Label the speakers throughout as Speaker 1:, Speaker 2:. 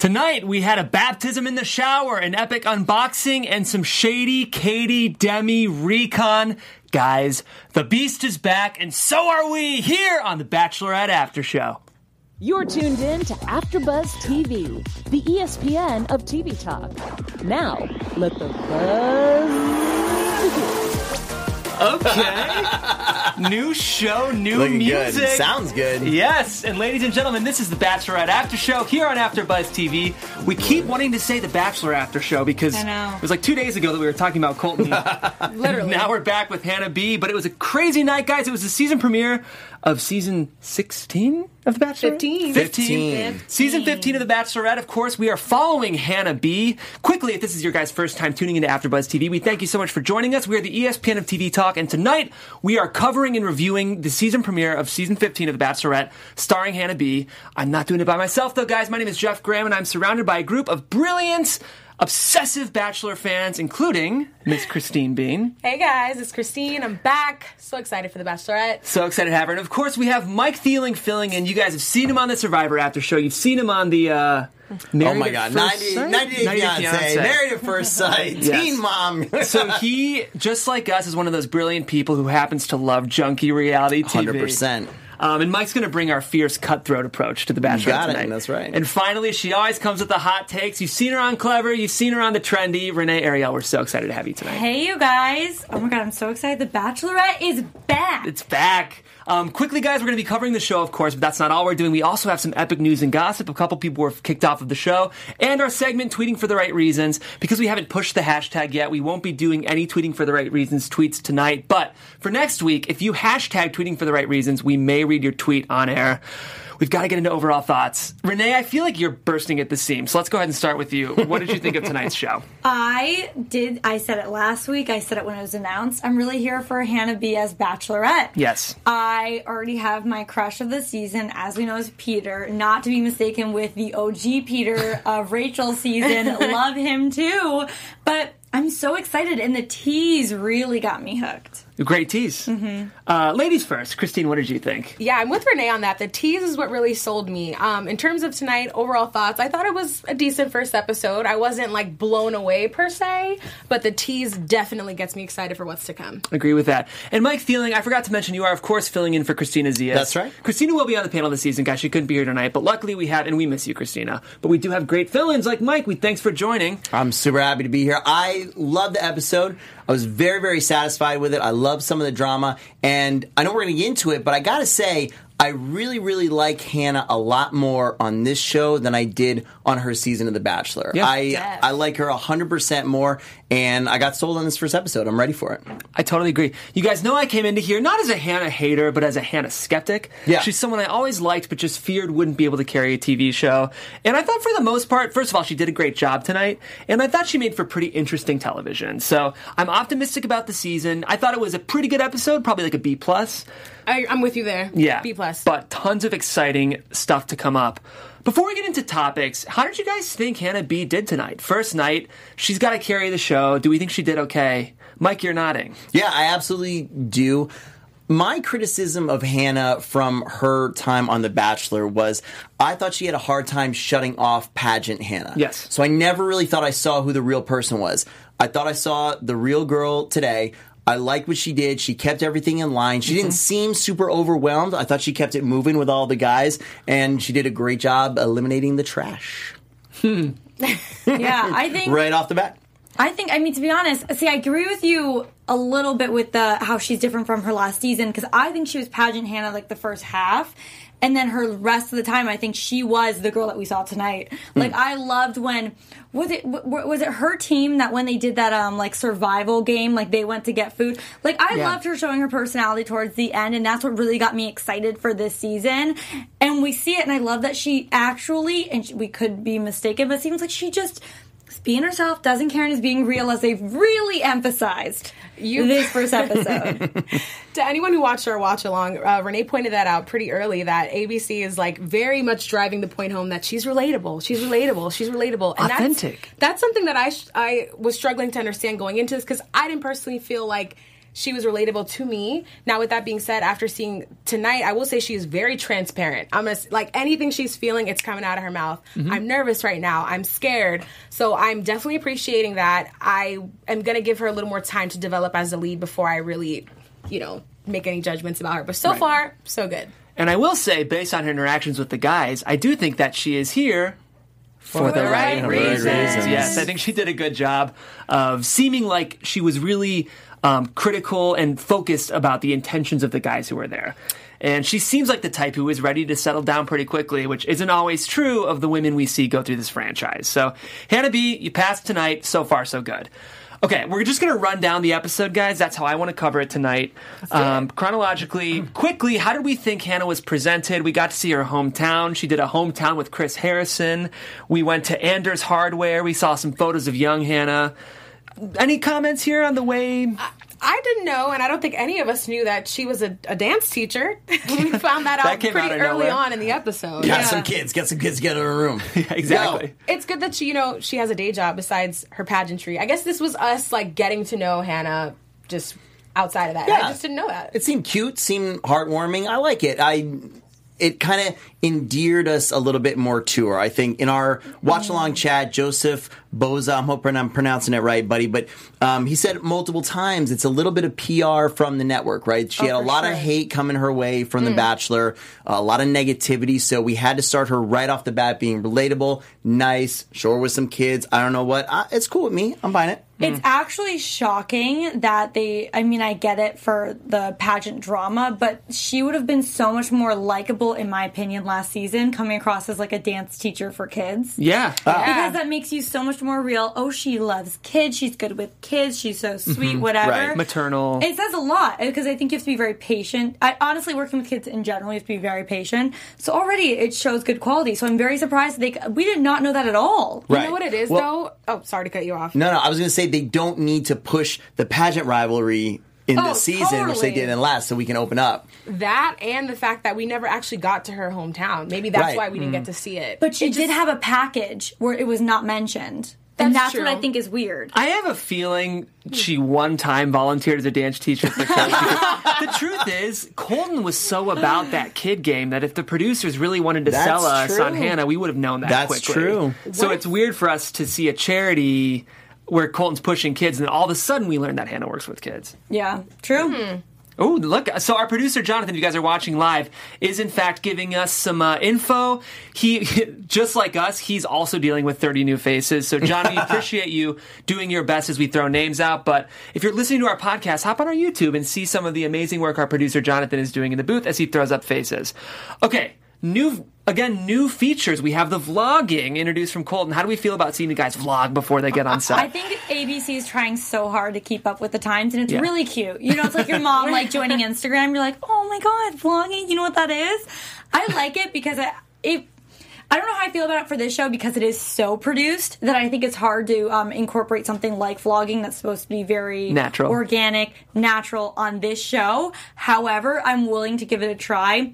Speaker 1: Tonight we had a baptism in the shower, an epic unboxing, and some shady Katie Demi recon. Guys, the beast is back, and so are we here on the Bachelorette After Show.
Speaker 2: You're tuned in to AfterBuzz TV, the E ESPN of TV talk. Now, let the buzz begin.
Speaker 1: Okay. new show, new
Speaker 3: Looking
Speaker 1: music.
Speaker 3: good. Sounds good.
Speaker 1: Yes, and ladies and gentlemen, this is the Bachelorette After Show here on AfterBuzz TV. We keep wanting to say the Bachelor After Show because
Speaker 4: I know.
Speaker 1: it was like two days ago that we were talking about Colton. Literally. Now we're back with Hannah B. But it was a crazy night, guys. It was the season premiere of season 16 of The Bachelor.
Speaker 4: 15.
Speaker 3: 15.
Speaker 1: Season 15 of The Bachelorette, of course, we are following Hannah B. Quickly, if this is your guys' first time tuning into AfterBuzz TV, we thank you so much for joining us. We are the E ESPN of TV Talk, and tonight we are covering and reviewing the season premiere of season 15 of The Bachelorette, starring Hannah B. I'm not doing it by myself, though, guys. My name is Jeff Graham, and I'm surrounded by a group of brilliant, obsessive Bachelor fans, including Miss Christine Bean.
Speaker 4: Hey guys, it's Christine. I'm back. So excited for The Bachelorette.
Speaker 1: So excited to have her. And of course, we have Mike Thieling filling in. You guys have seen him on the Survivor After Show. You've seen him on the. Uh,
Speaker 3: Oh
Speaker 1: Married
Speaker 3: my
Speaker 1: at
Speaker 3: God.
Speaker 1: First
Speaker 3: 90,
Speaker 1: Sight?
Speaker 3: 90 Day
Speaker 1: 90 Day
Speaker 3: fiance.
Speaker 1: Fiancé.
Speaker 3: Married at first sight.
Speaker 1: Yes.
Speaker 3: Teen mom.
Speaker 1: so he, just like us, is one of those brilliant people who happens to love junky reality TV.
Speaker 3: 100%.
Speaker 1: Um, and Mike's going to bring our fierce cutthroat approach to the Bachelor
Speaker 3: got it,
Speaker 1: tonight.
Speaker 3: that's right.
Speaker 1: And finally, she always comes with the hot takes. You've seen her on Clever. You've seen her on the Trendy. Renee Ariel, we're so excited to have you tonight.
Speaker 5: Hey, you guys. Oh my god, I'm so excited. The Bachelorette is back.
Speaker 1: It's back. Um, quickly, guys, we're going to be covering the show, of course, but that's not all we're doing. We also have some epic news and gossip. A couple people were kicked off of the show, and our segment tweeting for the right reasons. Because we haven't pushed the hashtag yet, we won't be doing any tweeting for the right reasons tweets tonight. But for next week, if you hashtag tweeting for the right reasons, we may read your tweet on air. We've got to get into overall thoughts. Renee, I feel like you're bursting at the seams, so let's go ahead and start with you. What did you think of tonight's show?
Speaker 5: I did. I said it last week. I said it when it was announced. I'm really here for Hannah B as Bachelorette.
Speaker 1: Yes.
Speaker 5: I already have my crush of the season, as we know, is Peter. Not to be mistaken with the OG Peter of Rachel's season. Love him too. But I'm so excited, and the tease really got me hooked.
Speaker 1: Great tease. Mm-hmm. Uh, ladies first. Christine, what did you think?
Speaker 4: Yeah, I'm with Renee on that. The tease is what really sold me. Um, in terms of tonight, overall thoughts, I thought it was a decent first episode. I wasn't like blown away per se, but the tease definitely gets me excited for what's to come.
Speaker 1: Agree with that. And Mike Feeling, I forgot to mention, you are, of course, filling in for Christina Zia.
Speaker 3: That's right.
Speaker 1: Christina will be on the panel this season, guys. She couldn't be here tonight, but luckily we have, and we miss you, Christina. But we do have great fill ins like Mike. We thanks for joining.
Speaker 3: I'm super happy to be here. I love the episode. I was very, very satisfied with it. I love some of the drama. And I know we're going to get into it, but I got to say, I really, really like Hannah a lot more on this show than I did on her season of The Bachelor.
Speaker 1: Yeah.
Speaker 3: I,
Speaker 5: Yes.
Speaker 3: I like her 100% more. And I got sold on this first episode. I'm ready for it.
Speaker 1: I totally agree. You guys know I came into here not as a Hannah hater, but as a Hannah skeptic.
Speaker 3: Yeah.
Speaker 1: She's someone I always liked, but just feared wouldn't be able to carry a TV show. And I thought for the most part, first of all, she did a great job tonight, and I thought she made for pretty interesting television. So I'm optimistic about the season. I thought it was a pretty good episode, probably like a B plus.
Speaker 4: I, I'm with you there.
Speaker 1: Yeah.
Speaker 4: B plus.
Speaker 1: But tons of exciting stuff to come up. Before we get into topics, how did you guys think Hannah B did tonight? First night, she's got to carry the show. Do we think she did okay? Mike, you're nodding.
Speaker 3: Yeah, I absolutely do. My criticism of Hannah from her time on The Bachelor was I thought she had a hard time shutting off pageant Hannah.
Speaker 1: Yes.
Speaker 3: So I never really thought I saw who the real person was. I thought I saw the real girl today. I liked what she did. She kept everything in line. She didn't
Speaker 1: Mm-hmm.
Speaker 3: seem super overwhelmed. I thought she kept it moving with all the guys, and she did a great job eliminating the trash
Speaker 5: Yeah, I think
Speaker 3: right off the bat.
Speaker 5: I think I mean to be honest, see I agree with you a little bit with the how she's different from her last season because I think she was pageant Hannah like the first half and then her rest of the time I think she was the girl that we saw tonight. Like I loved when was it w- w- was it her team that when they did that um like survival game like they went to get food. Like I
Speaker 1: Yeah.
Speaker 5: loved her showing her personality towards the end and that's what really got me excited for this season. And we see it and I love that she actually and she, we could be mistaken but it seems like she just being herself doesn't Karen is being real as they've really emphasized
Speaker 4: You-
Speaker 5: this first episode.
Speaker 4: to anyone who watched our watch along, uh, Renee pointed that out pretty early that ABC is like very much driving the point home that she's relatable, she's relatable, she's relatable. And
Speaker 1: Authentic.
Speaker 4: That's, that's something that I sh- I was struggling to understand going into this because I didn't personally feel like She was relatable to me. Now, with that being said, after seeing tonight, I will say she's very transparent. I'm gonna s- like anything she's feeling, it's coming out of her mouth. I'm nervous right now. I'm scared. So I'm definitely appreciating that. I am gonna give her a little more time to develop as a lead before I really, you know, make any judgments about her. But so far, so good.
Speaker 1: And I will say, based on her interactions with the guys, I do think that she is here for, the, right, reasons.
Speaker 3: reasons.
Speaker 1: Yes, I think she did a good job of seeming like she was really um, critical and focused about the intentions of the guys who were there. And she seems like the type who is ready to settle down pretty quickly, which isn't always true of the women we see go through this franchise. So, Hannah B, you passed tonight. So far, so good. Okay, we're just going to run down the episode, guys. That's how I want to cover it tonight. Um, chronologically, quickly, how did we think Hannah was presented? We got to see her hometown. She did a hometown with Chris Harrison. We went to Anders Hardware. We saw some photos of young Hannah. Any comments here on the way?
Speaker 4: I didn't know, and I don't think any of us knew that she was a, a dance teacher. we found that out
Speaker 1: came
Speaker 4: pretty
Speaker 1: out of
Speaker 4: early
Speaker 1: nowhere.
Speaker 4: on in the episode.
Speaker 3: Got
Speaker 4: Yeah.
Speaker 3: some kids. Get some kids. Get in a room.
Speaker 1: exactly.
Speaker 4: It's good that she, you know, she has a day job besides her pageantry. I guess this was us like getting to know Hannah just outside of that.
Speaker 3: Yeah.
Speaker 4: I just didn't know that.
Speaker 3: It seemed cute, seemed heartwarming. I like it. I it kind of endeared us a little bit more to her. I think in our watch along
Speaker 4: Mm.
Speaker 3: chat, Joseph Boza, I'm hoping I'm pronouncing it right, buddy, but um, he said multiple times it's a little bit of PR from the network, right? She had a
Speaker 4: Oh, for
Speaker 3: lot of
Speaker 4: sure. Mm.
Speaker 3: hate coming her way from The Bachelor, a lot of negativity, so we had to start her right off the bat being relatable, nice, sure with some kids. I don't know what. I, it's cool with me. I'm buying it.
Speaker 5: It's actually shocking that they. I mean, I get it for the pageant drama, but she would have been so much more likable, in my opinion, last season, coming across as like a dance teacher for kids.
Speaker 1: Yeah.
Speaker 5: Because that makes you so much more real. Oh, she loves kids. She's good with kids. She's so sweet, whatever.
Speaker 3: Right.
Speaker 1: Maternal.
Speaker 5: It says a lot because I think you have to be very patient. I honestly working with kids in general, you have to be very patient. So already it shows good quality. So I'm very surprised they we did not know that at all.
Speaker 3: Right.
Speaker 4: You know what it is
Speaker 3: Well-
Speaker 4: though? Oh, sorry to cut you off.
Speaker 3: No, no, I was going to say they don't need to push the pageant rivalry in
Speaker 5: Oh,
Speaker 3: this season, which they
Speaker 5: totally.
Speaker 3: did in last, so we can open up.
Speaker 4: That and the fact that we never actually got to her hometown. Maybe that's
Speaker 3: Right.
Speaker 4: why we didn't get to see it.
Speaker 5: But she
Speaker 4: It
Speaker 5: did
Speaker 4: just-
Speaker 5: have a package where it was not mentioned. and
Speaker 4: That's
Speaker 5: that's
Speaker 4: true.
Speaker 5: what I think is weird.
Speaker 1: I have a feeling she one time volunteered as a dance teacher for kids. the truth is, Colton was so about that kid game that if the producers really wanted to
Speaker 3: That's
Speaker 1: sell us
Speaker 3: true.
Speaker 1: on Hannah, we would have known that
Speaker 3: That's
Speaker 1: quickly.
Speaker 3: true.
Speaker 1: So it's weird for us to see a charity where Colton's pushing kids, and then all of a sudden we learn that Hannah works with kids.
Speaker 5: Yeah. True.
Speaker 4: Mm-hmm.
Speaker 1: Oh, look. So our producer, Jonathan, if you guys are watching live, is in fact giving us some uh, info. He, just like us, he's also dealing with 30 new faces. So, John, we appreciate you doing your best as we throw names out. But if you're listening to our podcast, hop on our YouTube and see some of the amazing work our producer, Jonathan, is doing in the booth as he throws up faces. Okay. New, again, new features. We have the vlogging introduced from Colton. How do we feel about seeing the guys vlog before they get on set?
Speaker 5: I think ABC is trying so hard to keep up with the times, and it's
Speaker 1: Yeah.
Speaker 5: really cute. You know, it's like your mom like joining Instagram. You're like, oh my god, vlogging. You know what that is? I like it because I it. I don't know how I feel about it for this show because it is so produced that I think it's hard to um, incorporate something like vlogging that's supposed to be very
Speaker 1: Natural.
Speaker 5: organic, natural on this show. However, I'm willing to give it a try.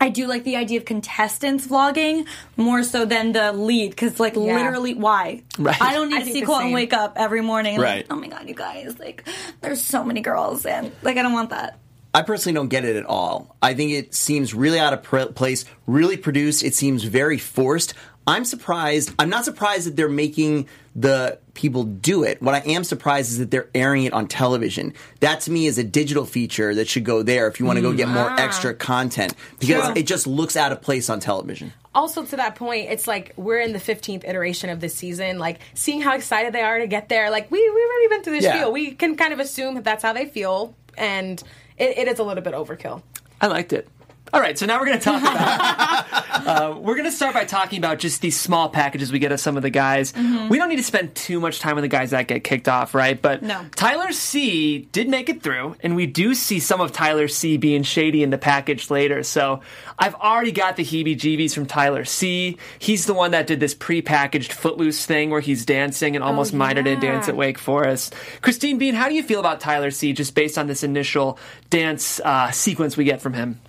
Speaker 5: I do like the idea of contestants vlogging more so than the lead because, like,
Speaker 4: Yeah.
Speaker 5: literally, why?
Speaker 1: Right.
Speaker 5: I don't need
Speaker 4: I
Speaker 5: to
Speaker 4: think
Speaker 5: see
Speaker 4: the
Speaker 5: Colton
Speaker 4: same.
Speaker 5: wake up every morning. and
Speaker 3: Right.
Speaker 5: Like, oh my god, you guys! Like, there's so many girls, and like, I don't want that.
Speaker 3: I personally don't get it at all. I think it seems really out of pr- place, really produced. It seems very forced. I'm surprised. I'm not surprised that they're making the people do it. What I am surprised is that they're airing it on television. That to me is a digital feature that should go there if you want to go get more extra content because
Speaker 5: Mm, ah. True.
Speaker 3: it just looks out of place on television.
Speaker 4: also to that point, it's like we're in the 15th iteration of this season. Like seeing how excited they are to get there. Like we, we've already been through this
Speaker 3: Yeah.
Speaker 4: deal. We can kind of assume that that's how they feel. And it, it is a little bit overkill.
Speaker 1: I liked it. All right, so now we're going to talk about. uh, we're going to start by talking about just these small packages we get of some of the guys. We don't need to spend too much time on the guys that get kicked off, right? But
Speaker 5: No.
Speaker 1: Tyler C did make it through, and we do see some of Tyler C being shady in the package later. So I've already got the heebie-jeebies from Tyler C. He's the one that did this pre-packaged footloose thing where he's dancing and almost minded a dance at Wake Forest. Christine Bean, how do you feel about Tyler C just based on this initial dance uh, sequence we get from him?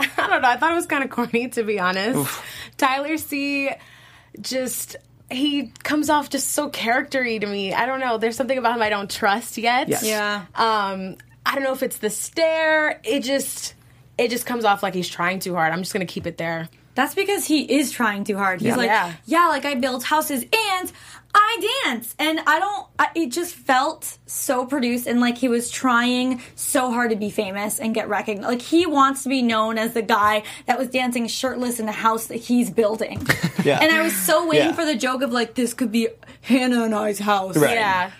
Speaker 4: I don't know. I thought it was kind of corny, to be honest. Tyler C. just. He comes off just so charactery to me. I don't know. There's something about him I don't trust yet.
Speaker 1: Yes. Yeah.
Speaker 4: Um, I don't know if it's the stare. It just it just comes off like he's trying too hard. I'm just gonna keep it there.
Speaker 5: That's because he is trying too hard. He's
Speaker 1: Yeah.
Speaker 5: like,
Speaker 4: Yeah.
Speaker 5: yeah. like I build houses and I dance, and I don't. I, it just felt so produced, and like he was trying so hard to be famous and get recognized. Like he wants to be known as the guy that was dancing shirtless in the house that he's building.
Speaker 3: Yeah.
Speaker 5: And I was so waiting
Speaker 3: Yeah.
Speaker 5: for the joke of like this could be Hannah and I's house.
Speaker 3: Right.
Speaker 4: Yeah.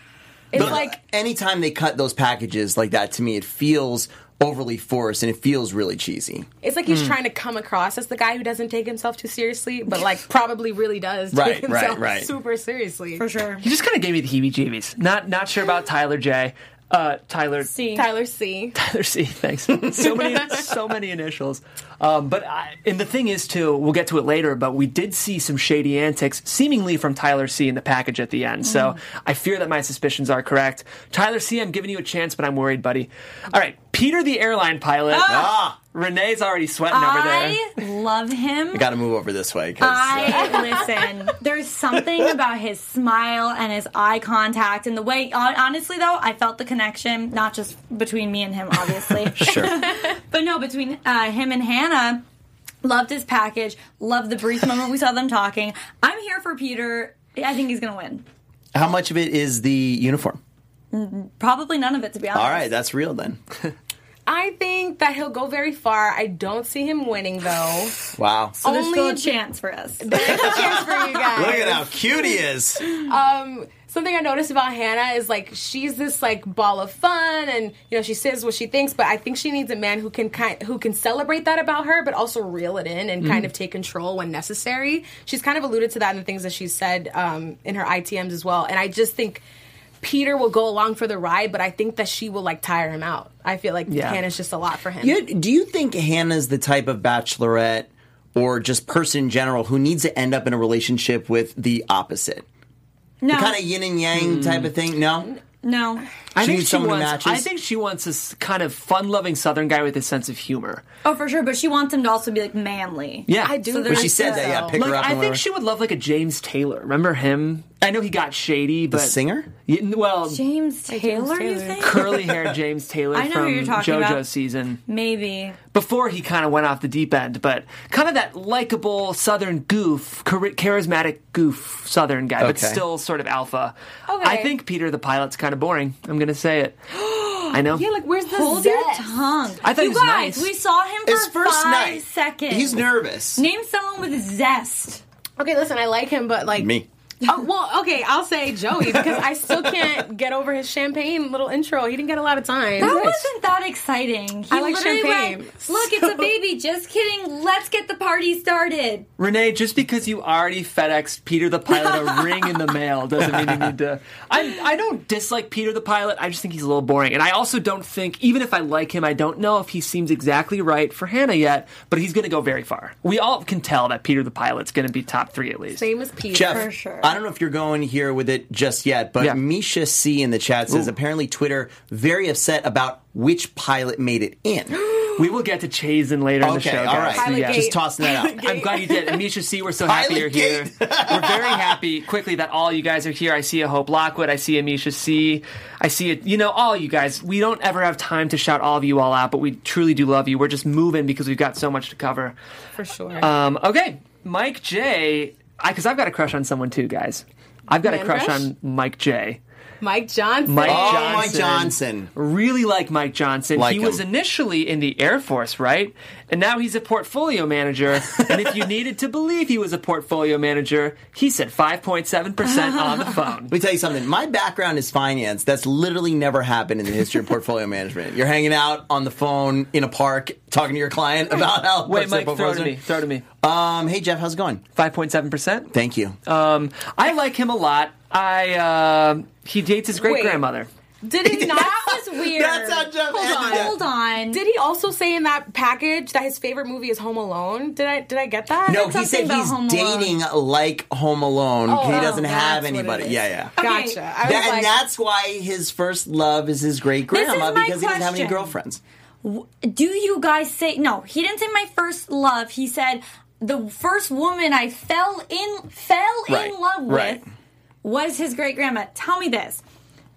Speaker 4: It's
Speaker 3: But
Speaker 4: like
Speaker 3: anytime they cut those packages like that to me, it feels overly forced and it feels really cheesy.
Speaker 4: it's like he's
Speaker 3: Hmm.
Speaker 4: trying to come across as the guy who doesn't take himself too seriously, but like probably really does take
Speaker 3: Right, right,
Speaker 4: himself
Speaker 3: right.
Speaker 4: super seriously.
Speaker 5: for sure.
Speaker 1: He just kind of gave me the heebie-jeebies. Not not sure about Tyler J. Uh, Tyler
Speaker 5: See,
Speaker 4: Tyler C.
Speaker 1: Tyler C. Thanks. So many, so many initials. Um, but I, and the thing is, too, we'll get to it later. But we did see some shady antics, seemingly from Tyler C. in the package at the end. So I fear that my suspicions are correct. Tyler C. I'm giving you a chance, but I'm worried, buddy. All right, Peter, the airline pilot.
Speaker 3: Ah!
Speaker 1: Renee's already sweating over there.
Speaker 5: I love him.
Speaker 3: I gotta move over this way. 'cause, uh,
Speaker 5: I listen. There's something about his smile and his eye contact and the way. hon- Honestly, though, I felt the connection not just between me and him, obviously,
Speaker 3: sure.
Speaker 5: but no, between uh, him and Hannah. Loved his package. Loved the brief moment we saw them talking. I'm here for Peter. I think he's gonna win.
Speaker 3: How much of it is the uniform?
Speaker 5: Probably none of it, to be honest.
Speaker 3: All right, that's real then.
Speaker 4: I think that he'll go very far. I don't see him winning though.
Speaker 3: Wow.
Speaker 5: So there's still a
Speaker 4: only-
Speaker 5: chance for us.
Speaker 4: There's a chance for you guys.
Speaker 3: Look at how cute he is.
Speaker 4: um, something I noticed about Hannah is like she's this like ball of fun, and you know she says what she thinks, but I think she needs a man who can kind who can celebrate that about her, but also reel it in and kind of take control when necessary. She's kind of alluded to that in the things that she said um, in her ITMs as well, and I just think. Peter will go along for the ride, but I think that she will like tire him out. I feel like
Speaker 1: Yeah.
Speaker 4: Hannah's just a lot for him.
Speaker 3: You know, do you think Hannah's the type of bachelorette or just person in general who needs to end up in a relationship with the opposite?
Speaker 5: No, Hmm.
Speaker 3: Kind of yin and yang type of thing? No?
Speaker 5: no.
Speaker 1: I
Speaker 3: She
Speaker 1: think
Speaker 3: needs
Speaker 1: she
Speaker 3: someone who
Speaker 1: wants.
Speaker 3: matches.
Speaker 1: I think she wants this kind of fun-loving Southern guy with a sense of humor.
Speaker 5: Oh, for sure. But she wants him to also be like manly.
Speaker 1: Yeah,
Speaker 4: I do.
Speaker 5: So
Speaker 3: But
Speaker 5: I
Speaker 3: she
Speaker 4: think
Speaker 3: said that, yeah,
Speaker 4: so.
Speaker 3: pick
Speaker 1: Like
Speaker 3: her up
Speaker 1: I
Speaker 3: and
Speaker 1: think
Speaker 3: whatever.
Speaker 1: she would love like a James Taylor. Remember him? I know he got shady, but
Speaker 3: singer?
Speaker 1: Yeah, n- well,
Speaker 5: James Taylor, you
Speaker 4: Taylor.
Speaker 5: think?
Speaker 1: curly haired James Taylor
Speaker 5: I know who
Speaker 1: from
Speaker 5: you're talking
Speaker 1: JoJo
Speaker 5: about.
Speaker 1: season
Speaker 5: Maybe.
Speaker 1: before he kind of went off the deep end, but kind of that likable Southern goof, chari- charismatic goof Southern guy, but
Speaker 3: Okay.
Speaker 1: still sort of alpha.
Speaker 4: Okay.
Speaker 1: I think Peter the pilot's kind of boring. I'm gonna say it. I know.
Speaker 4: yeah, like where's the
Speaker 5: Hold your
Speaker 4: zest?
Speaker 5: tongue.
Speaker 1: I thought he
Speaker 5: you
Speaker 1: was
Speaker 5: guys,
Speaker 1: nice.
Speaker 5: we saw him for
Speaker 3: His first
Speaker 5: five
Speaker 3: night.
Speaker 5: seconds.
Speaker 3: He's nervous.
Speaker 5: Name someone with zest.
Speaker 4: Okay, listen, I like him, but like
Speaker 3: Me.
Speaker 4: Oh, well, okay, I'll say Joey because I still can't get over his champagne little intro. He didn't get a lot of time.
Speaker 5: That wasn't that exciting. He
Speaker 4: I like
Speaker 5: literally
Speaker 4: champagne,
Speaker 5: went, "Look, it's a baby. Just kidding. Let's get the party started."
Speaker 1: Renee, just because you already FedEx Peter the pilot a ring in the mail doesn't mean you need to. I, I don't dislike Peter the pilot. I just think he's a little boring, and I also don't think, even if I like him, I don't know if he seems exactly right for Hannah yet. But he's going to go very far. We all can tell that Peter the pilot's going to be top three at least.
Speaker 4: Same as Peter.
Speaker 3: Jeff,
Speaker 5: For sure.
Speaker 3: I don't know if you're going here with it just yet, but
Speaker 1: Yeah.
Speaker 3: Misha C in the chat says apparently Twitter very upset about which pilot made it in.
Speaker 1: We will get to Chazen later in the
Speaker 3: Okay,
Speaker 1: show.
Speaker 3: all
Speaker 1: guys.
Speaker 3: right.
Speaker 4: Pilot
Speaker 1: Yeah.
Speaker 4: Gate.
Speaker 3: Just tossing that out.
Speaker 1: I'm glad you did. And Misha C, we're so happy
Speaker 3: Pilot
Speaker 1: you're here.
Speaker 3: gate.
Speaker 1: we're very happy quickly that all you guys are here. I see a Hope Lockwood. I see a Misha C. I see it. You know, all you guys. We don't ever have time to shout all of you all out, but we truly do love you. We're just moving because we've got so much to cover.
Speaker 4: for sure.
Speaker 1: Um, okay, Mike J. Because I've got a crush on someone too, guys. I've got a
Speaker 4: Man
Speaker 1: crush,
Speaker 4: crush?
Speaker 1: on Mike J.
Speaker 4: Mike Johnson.
Speaker 1: Mike
Speaker 3: Oh,
Speaker 1: Johnson.
Speaker 3: Mike Johnson.
Speaker 1: Really like Mike Johnson.
Speaker 3: Like
Speaker 1: he
Speaker 3: him.
Speaker 1: was initially in the Air Force, right? And now he's a portfolio manager. and if you needed to believe he was a portfolio manager, he said 5.7% on the phone.
Speaker 3: Let me tell you something. My background is finance. That's literally never happened in the history of portfolio management. You're hanging out on the phone in a park talking to your client about how.
Speaker 1: Wait,
Speaker 3: what's their
Speaker 1: Mike, throw it to
Speaker 3: portfolio.
Speaker 1: me. Throw it to me.
Speaker 3: Um, hey Jeff, how's it going?
Speaker 1: 5.7%.
Speaker 3: Thank you.
Speaker 1: Um, I like him a lot. I uh, he dates his great grandmother.
Speaker 4: Did he not?
Speaker 5: That was weird.
Speaker 3: That's how Jeff
Speaker 5: Hold
Speaker 3: ended
Speaker 5: on.
Speaker 3: it.
Speaker 5: Hold on.
Speaker 4: Did he also say in that package that his favorite movie is Home Alone? Did I did I get that?
Speaker 3: no,
Speaker 5: something
Speaker 3: he said
Speaker 5: about
Speaker 3: he's
Speaker 5: Home Alone.
Speaker 3: dating like Home Alone.
Speaker 4: Oh,
Speaker 3: he
Speaker 4: oh,
Speaker 3: doesn't have
Speaker 4: that's what it
Speaker 3: anybody.
Speaker 4: is.
Speaker 3: Yeah, yeah.
Speaker 4: Gotcha. I was
Speaker 3: That-
Speaker 4: like,
Speaker 3: and that's why his first love is his great
Speaker 5: This is
Speaker 3: grandma
Speaker 5: my
Speaker 3: because he doesn't have any
Speaker 5: question.
Speaker 3: girlfriends.
Speaker 5: do you guys say no he didn't say my first love he said the first woman i fell in fell
Speaker 3: Right,
Speaker 5: in love
Speaker 3: right.
Speaker 5: with was his great grandma tell me this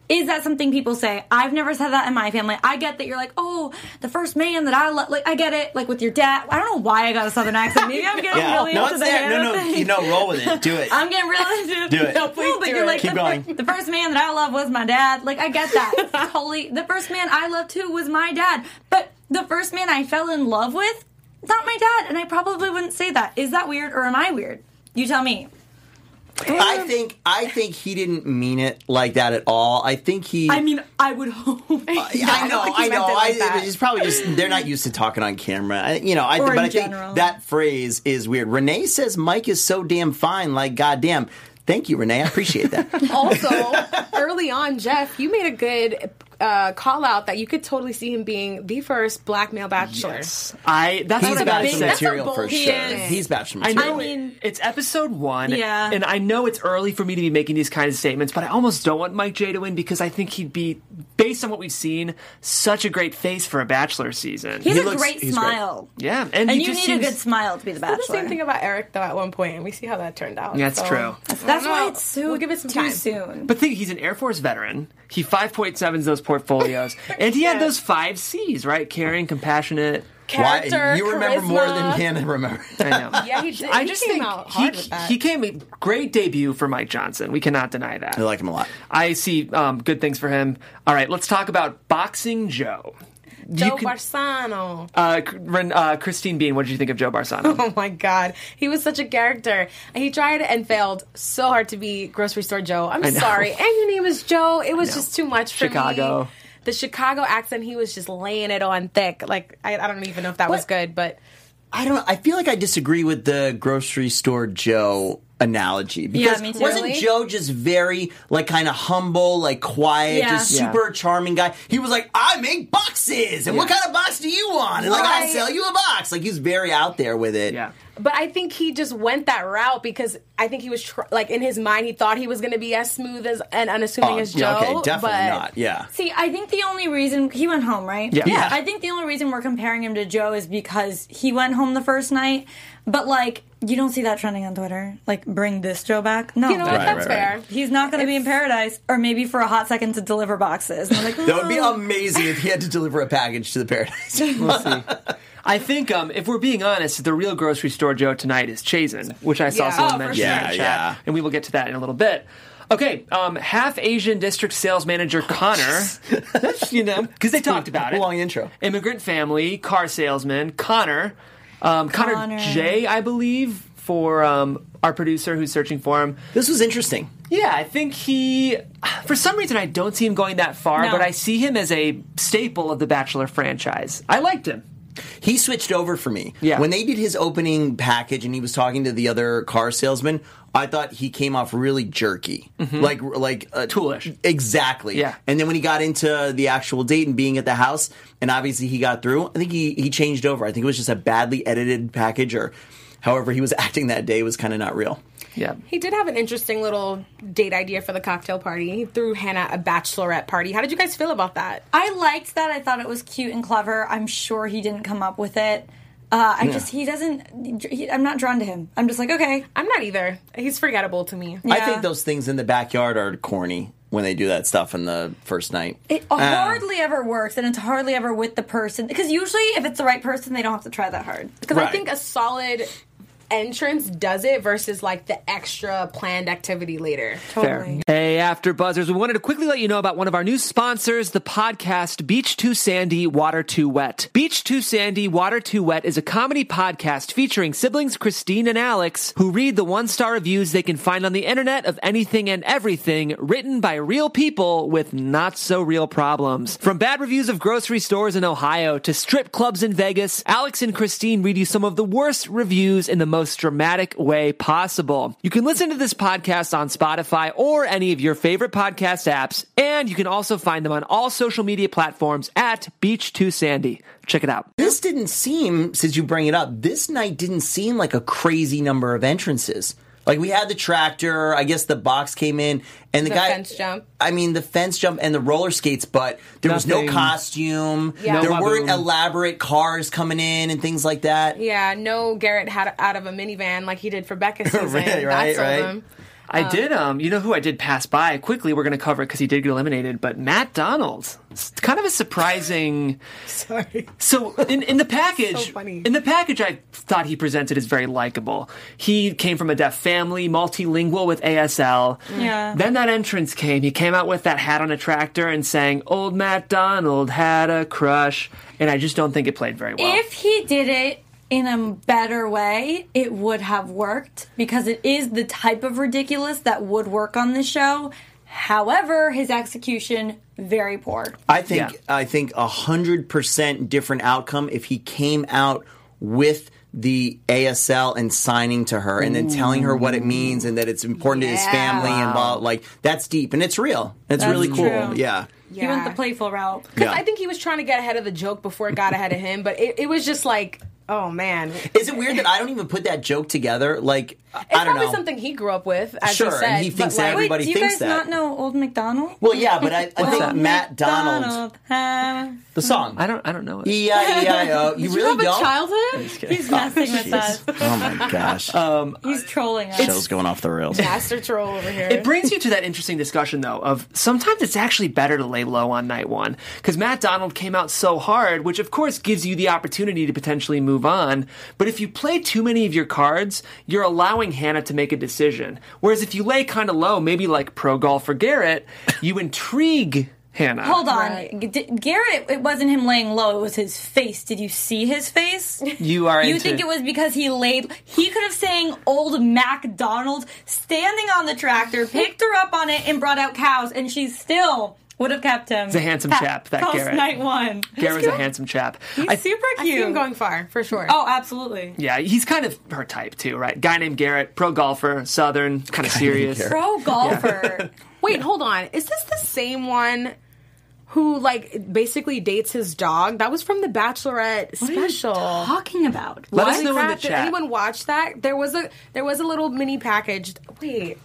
Speaker 5: Is that something people say? I've never said that in my family. I get that you're like, oh, the first man that I love. Like, I get it. Like with your dad. I don't know why I got a southern accent. Maybe I'm getting
Speaker 3: Yeah.
Speaker 5: really
Speaker 3: No,
Speaker 5: into
Speaker 3: it's
Speaker 5: the
Speaker 3: there.
Speaker 5: Hannah
Speaker 3: No, no,
Speaker 5: thing.
Speaker 3: you know, roll with it. Do it.
Speaker 5: I'm getting real into
Speaker 3: Do it. No,
Speaker 4: please
Speaker 5: but
Speaker 4: do
Speaker 5: you're
Speaker 4: it.
Speaker 5: like
Speaker 3: Keep
Speaker 5: the, fir-
Speaker 3: going.
Speaker 5: the first man that I love was my dad. Like I get that. totally. The first man I loved too was my dad. But the first man I fell in love with, not my dad, and I probably wouldn't say that. Is that weird or am I weird? You tell me.
Speaker 3: I think I think he didn't mean it like that at all. I think he.
Speaker 5: I mean, I would hope.
Speaker 3: I know,
Speaker 4: I think he
Speaker 3: I know.
Speaker 4: meant it like
Speaker 3: I,
Speaker 4: that.
Speaker 3: it's probably just they're not used to talking on camera. I, you know, I,
Speaker 5: Or
Speaker 3: but
Speaker 5: in
Speaker 3: I think
Speaker 5: general.
Speaker 3: that phrase is weird. Renee says Mike is so damn fine, like goddamn. Thank you, Renee. I appreciate that.
Speaker 4: also, early on, Jeff, you made a good uh, call out that you could totally see him being the first black male bachelor.
Speaker 1: Yes. I that's
Speaker 3: He's
Speaker 1: what I
Speaker 3: bachelor
Speaker 1: was
Speaker 4: that's a
Speaker 3: material
Speaker 4: bold
Speaker 3: for
Speaker 4: he
Speaker 3: sure.
Speaker 4: is.
Speaker 3: He's bachelor
Speaker 1: I
Speaker 3: material.
Speaker 1: know
Speaker 5: mean-
Speaker 1: it- it's episode one,
Speaker 5: Yeah.
Speaker 1: and I know it's early for me to be making these kinds of statements, but I almost don't want Mike J to win because I think he'd be, based on what we've seen, such a great face for a Bachelor season.
Speaker 5: He has
Speaker 3: He
Speaker 5: a
Speaker 3: looks-
Speaker 5: great
Speaker 3: he's great.
Speaker 5: smile.
Speaker 1: yeah, and,
Speaker 5: And
Speaker 1: he
Speaker 5: you need
Speaker 1: just
Speaker 5: a
Speaker 1: seems-
Speaker 5: good smile to be the
Speaker 4: Said
Speaker 5: bachelor.
Speaker 4: the same thing about Eric though at one point, and we see how that turned out.
Speaker 1: That's
Speaker 4: so-
Speaker 1: true.
Speaker 4: I don't
Speaker 5: That's why
Speaker 4: know.
Speaker 5: it's so
Speaker 4: We'll give it some
Speaker 5: too
Speaker 4: time.
Speaker 5: soon.
Speaker 1: But think he's an Air Force veteran. He 5.7s those portfolios, and he had
Speaker 4: Yeah.
Speaker 1: those five C's right: caring, compassionate.
Speaker 3: Why-
Speaker 4: Character,
Speaker 3: you remember more than
Speaker 4: charisma.
Speaker 3: Hannah remembers.
Speaker 1: I know.
Speaker 4: Yeah, he did.
Speaker 1: I
Speaker 4: he
Speaker 1: just
Speaker 4: came
Speaker 1: think
Speaker 4: out
Speaker 1: he
Speaker 4: hard with that.
Speaker 1: he came great debut for Mike Johnson. We cannot deny that.
Speaker 3: I like him a lot.
Speaker 1: I see um, good things for him. All right, let's talk about Boxing Joe.
Speaker 4: Joe
Speaker 1: can-
Speaker 4: Barsano.
Speaker 1: Uh, Cr- Ren- uh, Christine Bean, what did you think of Joe Barsano?
Speaker 4: Oh my god, he was such a character. He tried and failed so hard to be grocery store Joe. I'm
Speaker 1: know.
Speaker 4: sorry, and your name is Joe. It was
Speaker 1: know.
Speaker 4: just too much for
Speaker 1: Chicago.
Speaker 4: me. The Chicago accent, he was just laying it on thick. Like I, I don't even know if that was good, but
Speaker 3: I don't. I feel like I disagree with the grocery store Joe analogy because
Speaker 5: me too.
Speaker 3: wasn't
Speaker 4: Really?
Speaker 3: Joe just very like kind of humble, like quiet,
Speaker 5: Yeah.
Speaker 3: just
Speaker 5: Yeah.
Speaker 3: super charming guy? He was like, I make boxes, and what
Speaker 1: Yeah.
Speaker 3: kind of box do you want? And like, I
Speaker 4: Right.
Speaker 3: sell you a box. Like he's very out there with it.
Speaker 1: yeah.
Speaker 4: but I think he just went that route because I think he was tr- like in his mind he thought he was going to be as smooth as and unassuming
Speaker 3: Oh,
Speaker 4: as Joe.
Speaker 3: yeah, okay, definitely
Speaker 4: but
Speaker 3: not. Yeah.
Speaker 5: See, I think the only reason he went home, right?
Speaker 1: Yeah. Yeah.
Speaker 5: I think the only reason we're comparing him to Joe is because he went home the first night, but like you don't see that trending on Twitter. Like, bring this Joe back. No,
Speaker 4: You know what?
Speaker 3: Right,
Speaker 4: That's
Speaker 3: right, right.
Speaker 4: fair.
Speaker 5: he's not going to be in paradise, or maybe for a hot second to deliver boxes. And I'm like,
Speaker 3: That would be
Speaker 5: "Mm."
Speaker 3: amazing if he had to deliver a package to the paradise.
Speaker 1: We'll see. I think um, if we're being honest, the real grocery store Joe tonight is Chazen, which I saw
Speaker 4: Yeah.
Speaker 1: someone
Speaker 4: Oh, for
Speaker 1: mention
Speaker 4: sure.
Speaker 1: in
Speaker 3: Yeah,
Speaker 1: the chat,
Speaker 3: yeah.
Speaker 1: and we will get to that in a little bit. Okay, um, half Asian district sales manager Connor, that's, you know, because they talked about it.
Speaker 3: Long intro.
Speaker 1: Immigrant family, car salesman Connor, um, Connor,
Speaker 5: Connor.
Speaker 1: J, I believe, for um, our producer who's searching for him.
Speaker 3: this was interesting.
Speaker 1: Yeah, I think he. For some reason, I don't see him going that far,
Speaker 5: No.
Speaker 1: but I see him as a staple of the Bachelor franchise. I liked him.
Speaker 3: He switched over for me.
Speaker 1: Yeah.
Speaker 3: When they did his opening package and he was talking to the other car salesman, I thought he came off really jerky, like like uh,
Speaker 1: Mm-hmm. Toolish.
Speaker 3: Exactly.
Speaker 1: Yeah.
Speaker 3: And then when he got into the actual date and being at the house, and obviously he got through. I think he he changed over. I think it was just a badly edited package, or however he was acting that day was kind of not real.
Speaker 1: Yeah.
Speaker 4: He did have an interesting little date idea for the cocktail party. He threw Hannah a bachelorette party. How did you guys feel about that?
Speaker 5: I liked that. I thought it was cute and clever. I'm sure he didn't come up with it. Uh, I just he doesn't. He, I'm not drawn to him. I'm just like okay.
Speaker 4: I'm not either. He's forgettable to me.
Speaker 3: I
Speaker 5: Yeah.
Speaker 3: think those things in the backyard are corny when they do that stuff on the first night. Uh,
Speaker 5: It hardly ever works, and it's hardly ever with the person. Because usually, if it's the right person, they don't have to try that hard.
Speaker 4: Because
Speaker 3: Right.
Speaker 4: I think a solid entrance does it versus like the extra planned activity later.
Speaker 1: Fair. Hey, after buzzers, we wanted to quickly let you know about one of our new sponsors, the podcast Beach Too Sandy, Water Too Wet. Beach Too Sandy, Water Too Wet is a comedy podcast featuring siblings Christine and Alex, who read the one star reviews they can find on the internet of anything and everything written by real people with not so real problems. From bad reviews of grocery stores in Ohio to strip clubs in Vegas, Alex and Christine read you some of the worst reviews in the most dramatic way possible. You can listen to this podcast on Spotify or any of your favorite podcast apps, and you can also find them on all social media platforms at Beach2Sandy. Check it out.
Speaker 3: This didn't seem, since you bring it up, this night didn't seem like a crazy number of entrances. Like we had the tractor, I guess the box came in, and the,
Speaker 4: The
Speaker 3: guy
Speaker 4: fence jump.
Speaker 3: I mean, the fence jump and the roller skates, but there was
Speaker 1: Nothing.
Speaker 3: no costume.
Speaker 4: Yeah. No
Speaker 3: There weren't
Speaker 1: baboon.
Speaker 3: elaborate cars coming in and things like that.
Speaker 4: Yeah, no Garrett had out of a minivan like he did for Becca's season.
Speaker 3: Right,
Speaker 4: That
Speaker 3: right,
Speaker 4: sold
Speaker 3: right.
Speaker 4: him.
Speaker 1: I did. Um, you know who I did pass by quickly. We're going to cover it because he did get eliminated. But Matt Donald, it's kind of a surprising.
Speaker 4: Sorry.
Speaker 1: So in, in the package,
Speaker 4: So funny.
Speaker 1: in the package, I thought he presented as very likable. He came from a deaf family, multilingual with ASL.
Speaker 5: Yeah.
Speaker 1: Then that entrance came. He came out with that hat on a tractor and sang "Old Matt Donald had a crush," and I just don't think it played very well.
Speaker 5: If he did it in a better way, it would have worked because it is the type of ridiculous that would work on the show. However, his execution very poor.
Speaker 3: I think
Speaker 1: Yeah.
Speaker 3: I think a hundred percent different outcome if he came out with the ASL and signing to her and then telling her what it means and that it's important to his
Speaker 4: Yeah.
Speaker 3: family and blah, like that's deep and it's real. It's really cool.
Speaker 5: true.
Speaker 3: Yeah.
Speaker 5: He went the
Speaker 4: Yeah.
Speaker 5: playful route.
Speaker 3: Yeah.
Speaker 4: I think he was trying to get ahead of the joke before it got ahead of him, but it, it was just like, oh man.
Speaker 3: Is it weird that I don't even put that joke together? Like
Speaker 4: It's
Speaker 3: I don't
Speaker 4: probably
Speaker 3: know.
Speaker 4: something he grew up with, as
Speaker 3: Sure,
Speaker 4: you
Speaker 3: and
Speaker 4: said.
Speaker 3: he
Speaker 4: but,
Speaker 3: thinks
Speaker 4: like,
Speaker 3: everybody-
Speaker 5: Wait, do you
Speaker 3: thinks
Speaker 5: guys
Speaker 3: that.
Speaker 5: not know Old McDonald?
Speaker 3: well, yeah, but I, I think
Speaker 5: Old
Speaker 3: Matt Donald,
Speaker 5: MacDonald had-
Speaker 3: the song.
Speaker 1: I don't. I don't know. It.
Speaker 3: E-I-E-I-O. You really
Speaker 4: Have a
Speaker 3: don't?
Speaker 4: childhood?
Speaker 5: He's messing with us.
Speaker 3: Oh my gosh.
Speaker 4: Um,
Speaker 5: He's trolling us.
Speaker 3: Show's going off the rails.
Speaker 4: Master troll over here.
Speaker 1: It brings you to that interesting discussion, though, of sometimes it's actually better to lay low on night one because Matt Donald came out so hard, which of course gives you the opportunity to potentially move on. But if you play too many of your cards, you're allowing Hannah to make a decision. Whereas if you lay kind of low, maybe like pro golfer Garrett, you intrigue Hannah.
Speaker 5: Hold on,
Speaker 4: Right.
Speaker 5: G- D- Garrett. It wasn't him laying low; it was his face. Did you see his face?
Speaker 1: You are.
Speaker 5: You
Speaker 1: into-
Speaker 5: think it was because he laid? He could have sang "Old MacDonald" standing on the tractor, picked her up on it, and brought out cows, and she still would have kept him. He's
Speaker 1: a handsome chap, that Garrett.
Speaker 5: night one.
Speaker 1: Garrett's a handsome chap. I-
Speaker 5: He's super
Speaker 4: I
Speaker 5: cute.
Speaker 4: see him going far, for sure.
Speaker 5: Oh, absolutely.
Speaker 1: yeah, he's kind of her type too, right? Guy named Garrett, pro golfer, southern, kind of serious.
Speaker 5: Pro golfer.
Speaker 4: Wait, hold on. Is this the same one who like basically dates his dog? That was from the Bachelorette special.
Speaker 5: talking about.
Speaker 1: Let us
Speaker 4: Holy
Speaker 1: know in the
Speaker 4: crap, Did
Speaker 1: chat.
Speaker 4: anyone watch that? There was a there was a little mini package. Wait.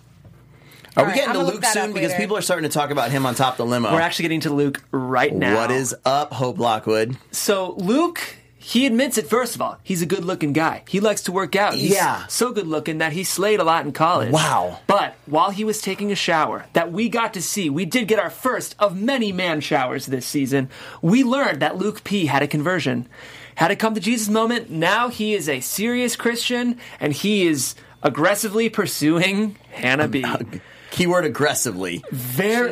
Speaker 3: Are we
Speaker 4: right,
Speaker 3: getting
Speaker 4: I'ma
Speaker 3: to
Speaker 4: look
Speaker 3: Luke
Speaker 4: that up
Speaker 3: soon? Because
Speaker 4: later.
Speaker 3: people are starting to talk about him on top of the limo.
Speaker 1: We're actually getting to Luke right now.
Speaker 3: What is up, Hope Lockwood?
Speaker 1: So Luke, he admits it. First of all, he's a good-looking guy. He likes to work out. He's
Speaker 3: Yeah.
Speaker 1: so good-looking that he slayed a lot in college.
Speaker 3: Wow.
Speaker 1: But while he was taking a shower, that we got to see, we did get our first of many man showers this season. We learned that Luke P had a conversion, had a come to Jesus moment. Now he is a serious Christian, and he is aggressively pursuing Hannah B.
Speaker 3: Keyword aggressively.
Speaker 1: Very.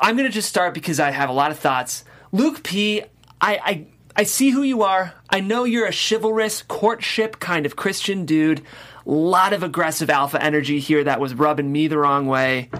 Speaker 1: I'm going to just start because I have a lot of thoughts. Luke P. I. I I see who you are. I know you're a chivalrous courtship kind of Christian dude. Lot of aggressive alpha energy here that was rubbing me the wrong way.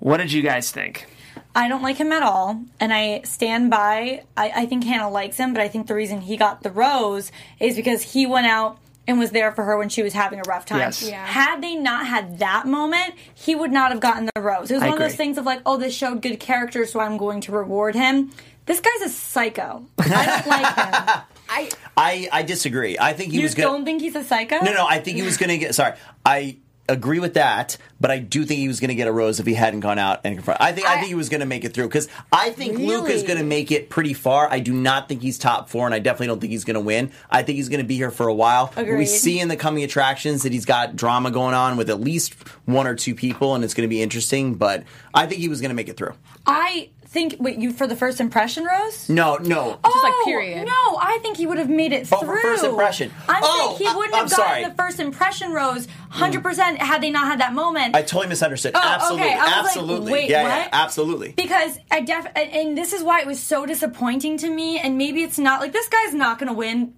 Speaker 1: What did you guys think?
Speaker 5: I don't like him at all, and I stand by. I, I think Hannah likes him, but I think the reason he got the rose is because he went out and was there for her when she was having a rough time.
Speaker 1: Yes. Yeah.
Speaker 5: Had they not had that moment, he would not have gotten the rose. It was
Speaker 1: I
Speaker 5: one of
Speaker 1: agree.
Speaker 5: those things of like, oh, this showed good character, so I'm going to reward him. This guy's a psycho. I don't like him.
Speaker 4: I
Speaker 3: I, I disagree. I think he
Speaker 5: You
Speaker 3: was going.
Speaker 5: don't think he's a psycho?
Speaker 3: No, no. I think he was going to get. Sorry, I agree with that, but I do think he was going to get a rose if he hadn't gone out and confronted. I think I, think he was going to make it through because I think Luke is
Speaker 4: Really?
Speaker 3: going to make it pretty far. I do not think he's top four, and I definitely don't think he's going to win. I think he's going to be here for a while. We
Speaker 5: Agreed.
Speaker 3: see in the coming attractions that he's got drama going on with at least one or two people, and it's going to be interesting. But I think he was going to make it through.
Speaker 5: I think. Wait, you for the first impression, Rose?
Speaker 3: No, no.
Speaker 4: Just like
Speaker 5: Oh,
Speaker 4: period.
Speaker 5: No, I think he would have made it
Speaker 3: Oh, for
Speaker 5: through.
Speaker 3: first impression.
Speaker 5: I'm
Speaker 3: Oh,
Speaker 5: saying
Speaker 3: I-
Speaker 5: he wouldn't
Speaker 3: I'm
Speaker 5: have gotten
Speaker 3: sorry. Hmm.
Speaker 5: the first impression rose 100% had they not had that moment.
Speaker 3: I totally misunderstood.
Speaker 5: Oh, okay.
Speaker 3: absolutely,
Speaker 5: I was like,
Speaker 3: absolutely,
Speaker 5: wait,
Speaker 3: yeah,
Speaker 5: what?
Speaker 3: yeah, absolutely.
Speaker 5: because I def and- and this is why it was so disappointing to me and maybe it's not like this guy's not going to win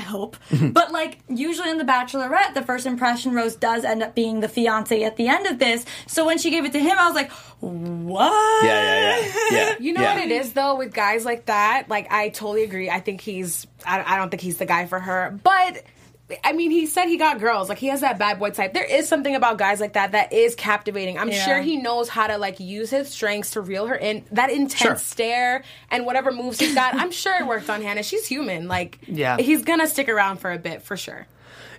Speaker 5: hope. but like usually on the bachelorette the first impression rose does end up being the fiance at the end of this. So when she gave it to him I was like, "What?"
Speaker 3: Yeah, yeah, yeah, yeah.
Speaker 4: You know
Speaker 3: yeah.
Speaker 4: what it is though with guys like that. Like I totally agree. I think he's. I, I don't think he's the guy for her. But I mean, he said he got girls. Like he has that bad boy type. There is something about guys like that that is captivating. I'm
Speaker 5: Yeah.
Speaker 4: sure he knows how to like use his strengths to reel her in. That intense
Speaker 3: Sure.
Speaker 4: stare and whatever moves he's got. I'm sure it worked on Hannah. She's human. Like
Speaker 1: Yeah.
Speaker 4: he's gonna stick around for a bit for sure.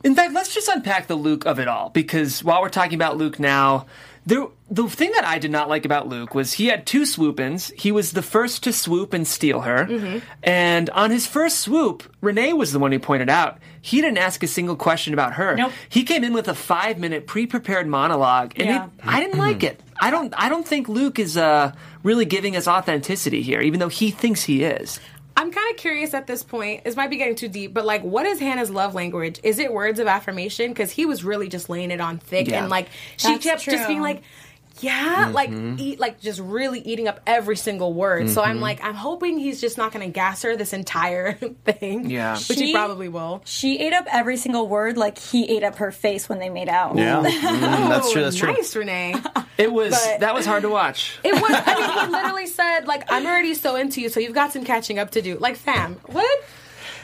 Speaker 1: In fact, let's just unpack the Luke of it all because while we're talking about Luke now, There, the thing that I did not like about Luke was he had two swoop ins. He was the first to swoop and steal her. And on his first swoop, Renee was the one who pointed out he didn't ask a single question about her.
Speaker 5: Nope.
Speaker 1: He came in with a five minute pre prepared monologue, and
Speaker 5: Yeah.
Speaker 1: it, I didn't like it. I don't. I don't think Luke is uh, really giving us authenticity here, even though he thinks he is.
Speaker 4: I'm kind of curious at this point. This might be getting too deep, but like, what is Hannah's love language? Is it words of affirmation? Because he was really just laying it on thick,
Speaker 1: Yeah.
Speaker 4: and like, she
Speaker 5: That's
Speaker 4: kept just
Speaker 5: true.
Speaker 4: being like, "Yeah,"
Speaker 3: Mm-hmm.
Speaker 4: like eat, like just really eating up every single word. So I'm like, I'm hoping he's just not going to gas her this entire thing.
Speaker 1: Yeah.
Speaker 4: which he
Speaker 5: She-
Speaker 4: probably will.
Speaker 5: She ate up every single word like he ate up her face when they made out.
Speaker 3: Yeah, Mm, that's true. That's
Speaker 4: Oh,
Speaker 3: true.
Speaker 4: Nice, Renee.
Speaker 1: It was
Speaker 4: But-
Speaker 1: that was hard to watch.
Speaker 4: It was. I mean, he literally said, "Like, I'm already so into you, so you've got some catching up to do." Like, fam, what?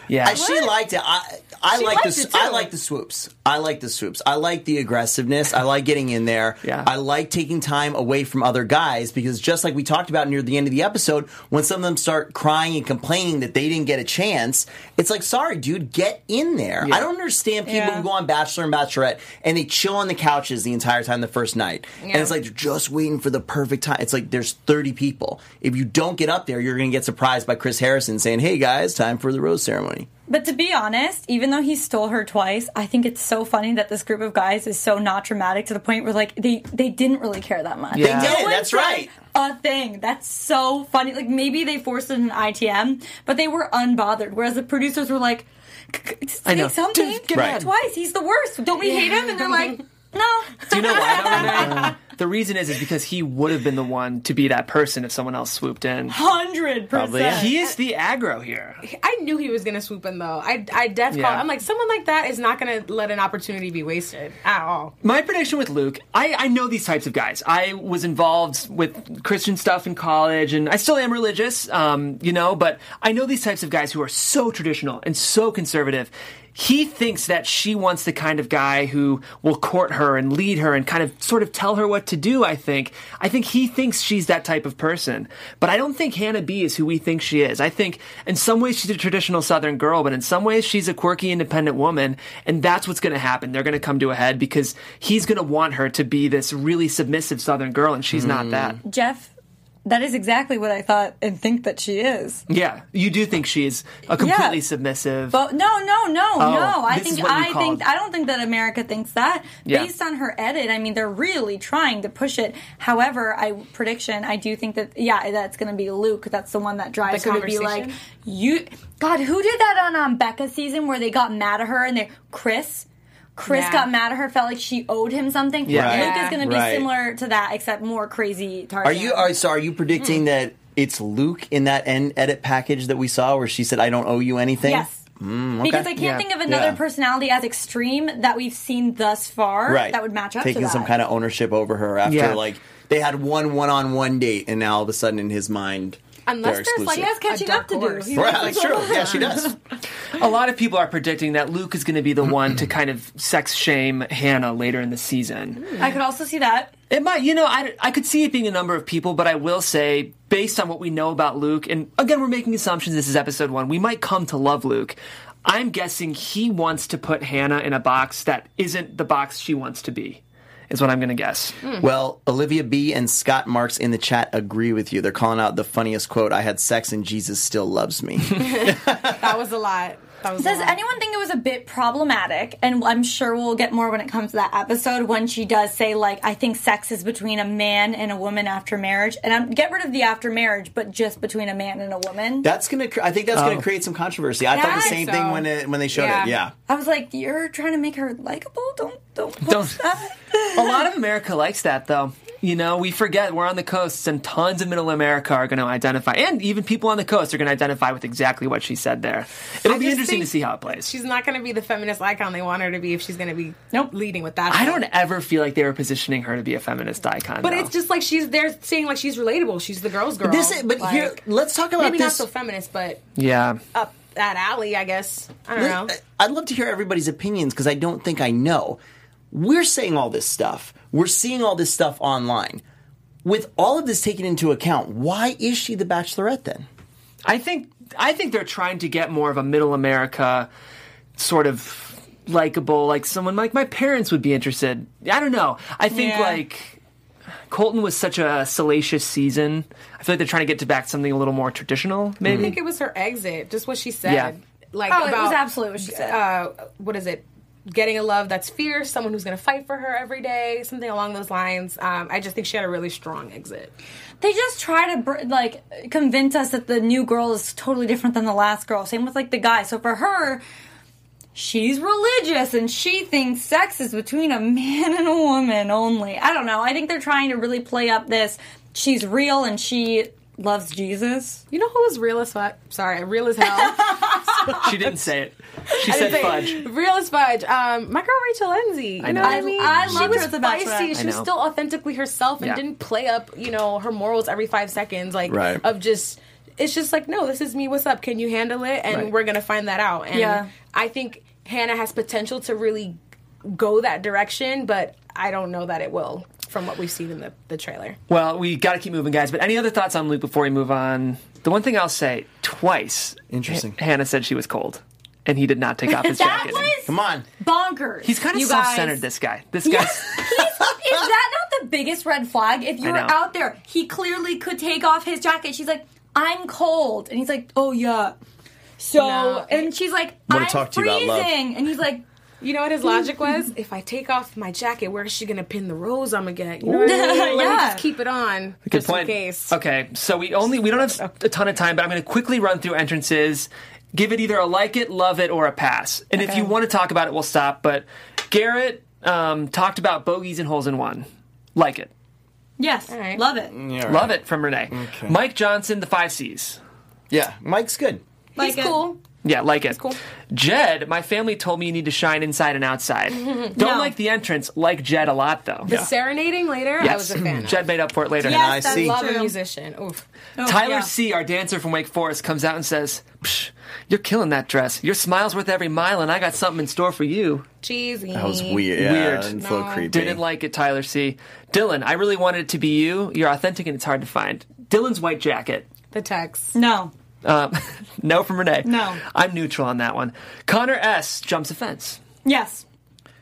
Speaker 1: Yeah,
Speaker 3: I- she liked it. I I
Speaker 4: She
Speaker 3: like the
Speaker 4: liked it,
Speaker 3: s- I
Speaker 4: too.
Speaker 3: like the swoops. I like the swoops. I like the aggressiveness. I like getting in there.
Speaker 1: Yeah.
Speaker 3: I like taking time away from other guys because just like we talked about near the end of the episode, when some of them start crying and complaining that they didn't get a chance, it's like, sorry, dude, get in there. I don't understand people
Speaker 5: Yeah.
Speaker 3: who go on Bachelor and Bachelorette and they chill on the couches the entire time the first night, and it's like they're just waiting for the perfect time. It's like there's 30 people. If you don't get up there, you're going to get surprised by Chris Harrison saying, "Hey guys, time for the rose ceremony."
Speaker 5: But to be honest, even though he stole her twice, I think it's so funny that this group of guys is so not dramatic to the point where like they they didn't really care that much.
Speaker 1: Yeah. They
Speaker 3: did,
Speaker 5: No one
Speaker 3: that's
Speaker 5: said
Speaker 3: right.
Speaker 5: A thing. That's so funny. Like maybe they forced it in ITM, but they were unbothered. Whereas the producers were like, "C- c-
Speaker 1: I know.
Speaker 5: say something.
Speaker 1: Just get Right. mad.
Speaker 5: Twice. He's the worst. Don't we hate him? And they're like, no.
Speaker 1: Do you know why? though, Renee? the reason is is because he would have been the one to be that person if someone else swooped in.
Speaker 5: Hundred percent.
Speaker 1: He is the aggro here.
Speaker 4: I knew he was gonna swoop in though. I I def
Speaker 1: Yeah.
Speaker 4: called. I'm like someone like that is not gonna let an opportunity be wasted at all.
Speaker 1: My prediction with Luke, I, I know these types of guys. I was involved with Christian stuff in college, and I still am religious, um, you know, but I know these types of guys who are so traditional and so conservative. He thinks that she wants the kind of guy who will court her and lead her and kind of sort of tell her what to do, I think. I think he thinks she's that type of person. But I don't think Hannah B is who we think she is. I think in some ways she's a traditional Southern girl, but in some ways she's a quirky, independent woman. And that's what's going to happen. They're going to come to a head because he's going to want her to be this really submissive Southern girl, and she's not that.
Speaker 5: Jeff, that is exactly what I thought and think that she is.
Speaker 1: Yeah, you do think she is a completely submissive.
Speaker 5: But no, no, no, no. I
Speaker 1: Oh, this is
Speaker 5: think
Speaker 1: what you
Speaker 5: I
Speaker 1: called-
Speaker 5: think I don't think that America thinks that.
Speaker 1: Yeah.
Speaker 5: Based on her edit, I mean, they're really trying to push it. However, I prediction I do think that yeah, that's going to be Luke. That's the one that drives
Speaker 4: The
Speaker 5: her to be like
Speaker 4: conversation?
Speaker 5: you. God, who did that on um, Becca season where they got mad at her and they Chris. Chris
Speaker 4: Yeah.
Speaker 5: got mad at her, felt like she owed him something.
Speaker 1: Yeah. Right.
Speaker 5: Luke is going to be
Speaker 3: Right.
Speaker 5: similar to that, except more crazy. Tarzan.
Speaker 3: Are you are so are you predicting that it's Luke in that end edit package that we saw where she said I don't owe you anything? Hmm,
Speaker 5: Yes. Because I can't
Speaker 1: Yeah.
Speaker 5: think of another
Speaker 3: Yeah.
Speaker 5: personality as extreme that we've seen thus far
Speaker 3: Right.
Speaker 5: that would match up
Speaker 3: Taking
Speaker 5: to that.
Speaker 3: some kind of ownership over her after
Speaker 1: Yeah.
Speaker 3: like they had one one on one date and now all of a sudden in his mind
Speaker 4: Unless
Speaker 3: they're
Speaker 4: there's, like,
Speaker 3: exclusive.
Speaker 5: She has catching
Speaker 4: dark
Speaker 5: up to
Speaker 4: horse.
Speaker 5: do.
Speaker 3: Right, that's true. Yeah, she does.
Speaker 1: a lot of people are predicting that Luke is going to be the one to kind of sex shame Hannah later in the season.
Speaker 5: I could also see that.
Speaker 1: It might, you know, I, I could see it being a number of people, but I will say, based on what we know about Luke, and again, we're making assumptions. This is episode one. We might come to love Luke. I'm guessing he wants to put Hannah in a box that isn't the box she wants to be, is what I'm going to guess.
Speaker 4: Hmm.
Speaker 3: Well, Olivia B and Scott Marks in the chat agree with you. They're calling out the funniest quote, I had sex and Jesus still loves me.
Speaker 4: That was a lot. That was.
Speaker 5: Does
Speaker 4: a lot.
Speaker 5: anyone think it was a bit problematic? And I'm sure we'll get more when it comes to that episode when she does say, like, I think sex is between a man and a woman after marriage. And I'm get rid of the after marriage, but just between a man and a woman.
Speaker 3: that's gonna cr- I think that's gonna create some controversy. I thought
Speaker 5: I
Speaker 3: the
Speaker 5: think
Speaker 3: same
Speaker 4: so.
Speaker 3: thing when it, when they showed
Speaker 4: Yeah.
Speaker 3: it. Yeah.
Speaker 5: I was like, you're trying to make her likable? Don't, don't, post
Speaker 1: Don't.
Speaker 5: that."
Speaker 1: a lot of America likes that, though. You know, we forget we're on the coasts, and tons of Middle America are going to identify, and even people on the coast are going to identify with exactly what she said there. It'll be
Speaker 4: just
Speaker 1: interesting
Speaker 4: think
Speaker 1: to see how it plays.
Speaker 4: She's not gonna be the feminist icon they want her to be if she's gonna be
Speaker 1: Nope.
Speaker 4: leading with that.
Speaker 1: I
Speaker 4: shit.
Speaker 1: don't ever feel like they were positioning her to be a feminist icon.
Speaker 4: But
Speaker 1: though.
Speaker 4: it's just like she's they're saying like she's relatable. She's the girl's girl.
Speaker 3: This is- but
Speaker 4: Like,
Speaker 3: here let's talk about
Speaker 4: maybe not
Speaker 3: this.
Speaker 4: so feminist, but
Speaker 1: yeah.
Speaker 4: up that alley, I guess. I don't know.
Speaker 3: I'd love to hear everybody's opinions because I don't think I know. We're saying all this stuff. We're seeing all this stuff online. With all of this taken into account, why is she the Bachelorette then?
Speaker 1: I think I think they're trying to get more of a middle America sort of likable, like someone like my parents would be interested. I don't know. I think
Speaker 5: Yeah.
Speaker 1: like Colton was such a salacious season. I feel like they're trying to get to back to something a little more traditional, maybe.
Speaker 4: I think it was her exit, just what she said.
Speaker 1: Yeah.
Speaker 4: Like
Speaker 5: Oh,
Speaker 4: about,
Speaker 5: it was absolutely what she said.
Speaker 4: uh, what is it? Getting a love that's fierce, someone who's going to fight for her every day, something along those lines. Um, I just think she had a really strong exit.
Speaker 5: they just try to br- like convince us that the new girl is totally different than the last girl. Same with like the guy. So for her, she's religious and she thinks sex is between a man and a woman only. I don't know. I think they're trying to really play up this. She's real and she loves Jesus.
Speaker 4: You know who was real as fuck? Sorry, real as hell.
Speaker 1: she didn't say it. She said
Speaker 4: Say,
Speaker 1: fudge.
Speaker 4: Real as fudge. Um, my girl Rachel Lindsay. You
Speaker 1: I
Speaker 4: know,
Speaker 1: know.
Speaker 4: what
Speaker 1: I-
Speaker 4: I mean?
Speaker 5: I
Speaker 4: she
Speaker 5: loved her
Speaker 4: was
Speaker 5: as a bachelorette.
Speaker 4: feisty.
Speaker 1: I
Speaker 4: She was
Speaker 1: know.
Speaker 4: still authentically herself and
Speaker 1: Yeah.
Speaker 4: didn't play up, you know, her morals every five seconds. Like
Speaker 3: Right.
Speaker 4: of just it's just like, no, this is me, what's up? Can you handle it? And
Speaker 1: Right.
Speaker 4: we're gonna find that out. And
Speaker 5: Yeah.
Speaker 4: I think Hannah has potential to really go that direction, but I don't know that it will from what we've seen in the, the trailer.
Speaker 1: Well, we got to keep moving, guys. But any other thoughts on Luke before we move on? The one thing I'll say twice.
Speaker 3: Interesting.
Speaker 1: H- Hannah said she was cold, and he did not take off his
Speaker 5: That
Speaker 1: jacket.
Speaker 5: was
Speaker 3: Come on.
Speaker 5: bonkers.
Speaker 1: He's kind of
Speaker 5: you
Speaker 1: self-centered.
Speaker 5: guys.
Speaker 1: This guy. This guy.
Speaker 5: Is that not the biggest red flag? If you're
Speaker 1: know.
Speaker 5: out there, he clearly could take off his jacket. She's like, I'm cold. And he's like, Oh, yeah. So,
Speaker 4: No.
Speaker 5: and she's like,
Speaker 3: Wanna
Speaker 5: I'm
Speaker 3: talk to you
Speaker 5: freezing.
Speaker 3: about love.
Speaker 5: And he's like,
Speaker 4: You know what his logic was? if I take off my jacket, where is she gonna pin the rose I'm gonna get? You know what I mean? Let me
Speaker 5: Yeah.
Speaker 4: just keep it on just in case. Oh.
Speaker 1: Okay, so we only we don't have a ton of time, but I'm going to quickly run through entrances. Give it either a like it, love it, or a pass. And if you want to talk about it, we'll stop. But Garrett um, talked about bogeys and holes in one. Like it,
Speaker 5: Yes,
Speaker 4: right.
Speaker 5: love it.
Speaker 1: love it from Renee. Mike Johnson, the five C's.
Speaker 3: Yeah, Mike's good.
Speaker 5: Like uh,
Speaker 4: He's
Speaker 5: it.
Speaker 4: cool.
Speaker 1: Yeah, like it.
Speaker 4: cool.
Speaker 1: Jed, my family told me you need to shine inside and outside. Don't
Speaker 5: No.
Speaker 1: like the entrance, like Jed a lot though.
Speaker 4: The serenading later, I was a fan.
Speaker 1: Jed made up for it later.
Speaker 5: Yes,
Speaker 3: I
Speaker 5: that's
Speaker 3: see.
Speaker 4: Love
Speaker 5: true.
Speaker 4: a musician. Oof.
Speaker 5: Oh,
Speaker 1: Tyler
Speaker 5: yeah.
Speaker 1: C, our dancer from Wake Forest, comes out and says, Psh, "You're killing that dress. Your smile's worth every mile, and I got something in store for you."
Speaker 4: Cheesy.
Speaker 3: That was weird. Yeah,
Speaker 1: Weird.
Speaker 3: And so
Speaker 4: No.
Speaker 3: creepy.
Speaker 1: Didn't like it, Tyler C. Dylan, I really wanted it to be you. You're authentic, and it's hard to find. Dylan's white jacket.
Speaker 4: The text.
Speaker 5: No.
Speaker 1: Um, no from Renee.
Speaker 5: No.
Speaker 1: I'm neutral on that one. Connor S jumps a fence.
Speaker 5: Yes.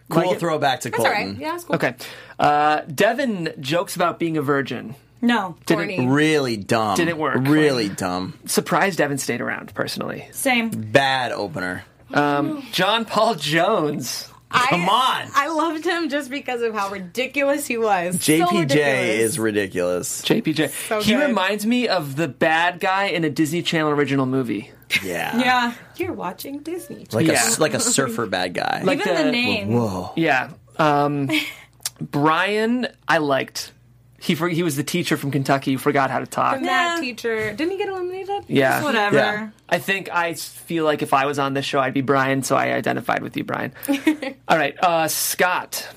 Speaker 3: cool
Speaker 1: like it.
Speaker 3: throwback to
Speaker 4: It's all
Speaker 3: Colton.
Speaker 4: right. Yeah, it's cool.
Speaker 1: Okay. Uh, Devin jokes about being a virgin.
Speaker 5: No.
Speaker 4: Corny.
Speaker 3: Really dumb.
Speaker 1: Didn't work.
Speaker 3: Really dumb.
Speaker 1: Surprised Devin stayed around, personally.
Speaker 5: Same.
Speaker 3: Bad opener.
Speaker 1: John Paul Jones.
Speaker 4: I,
Speaker 3: Come on.
Speaker 4: I loved him just because of how ridiculous he was.
Speaker 3: JPJ
Speaker 4: so ridiculous.
Speaker 3: is ridiculous.
Speaker 1: JPJ.
Speaker 4: So
Speaker 1: he
Speaker 4: good.
Speaker 1: reminds me of the bad guy in a Disney Channel original movie.
Speaker 3: Yeah.
Speaker 5: Yeah.
Speaker 4: You're watching Disney.
Speaker 3: Like
Speaker 1: Yeah.
Speaker 3: a like a surfer bad guy.
Speaker 1: Like
Speaker 5: Even
Speaker 1: the-
Speaker 5: the, name.
Speaker 3: whoa.
Speaker 1: Yeah. Um, Brian, I liked. He for, he was the teacher from Kentucky who forgot how to talk.
Speaker 4: That teacher. Didn't he get eliminated?
Speaker 1: Yeah.
Speaker 5: Whatever.
Speaker 3: Yeah.
Speaker 1: I think I feel like if I was on this show, I'd be Brian, so I identified with you, Brian. All right, uh, Scott.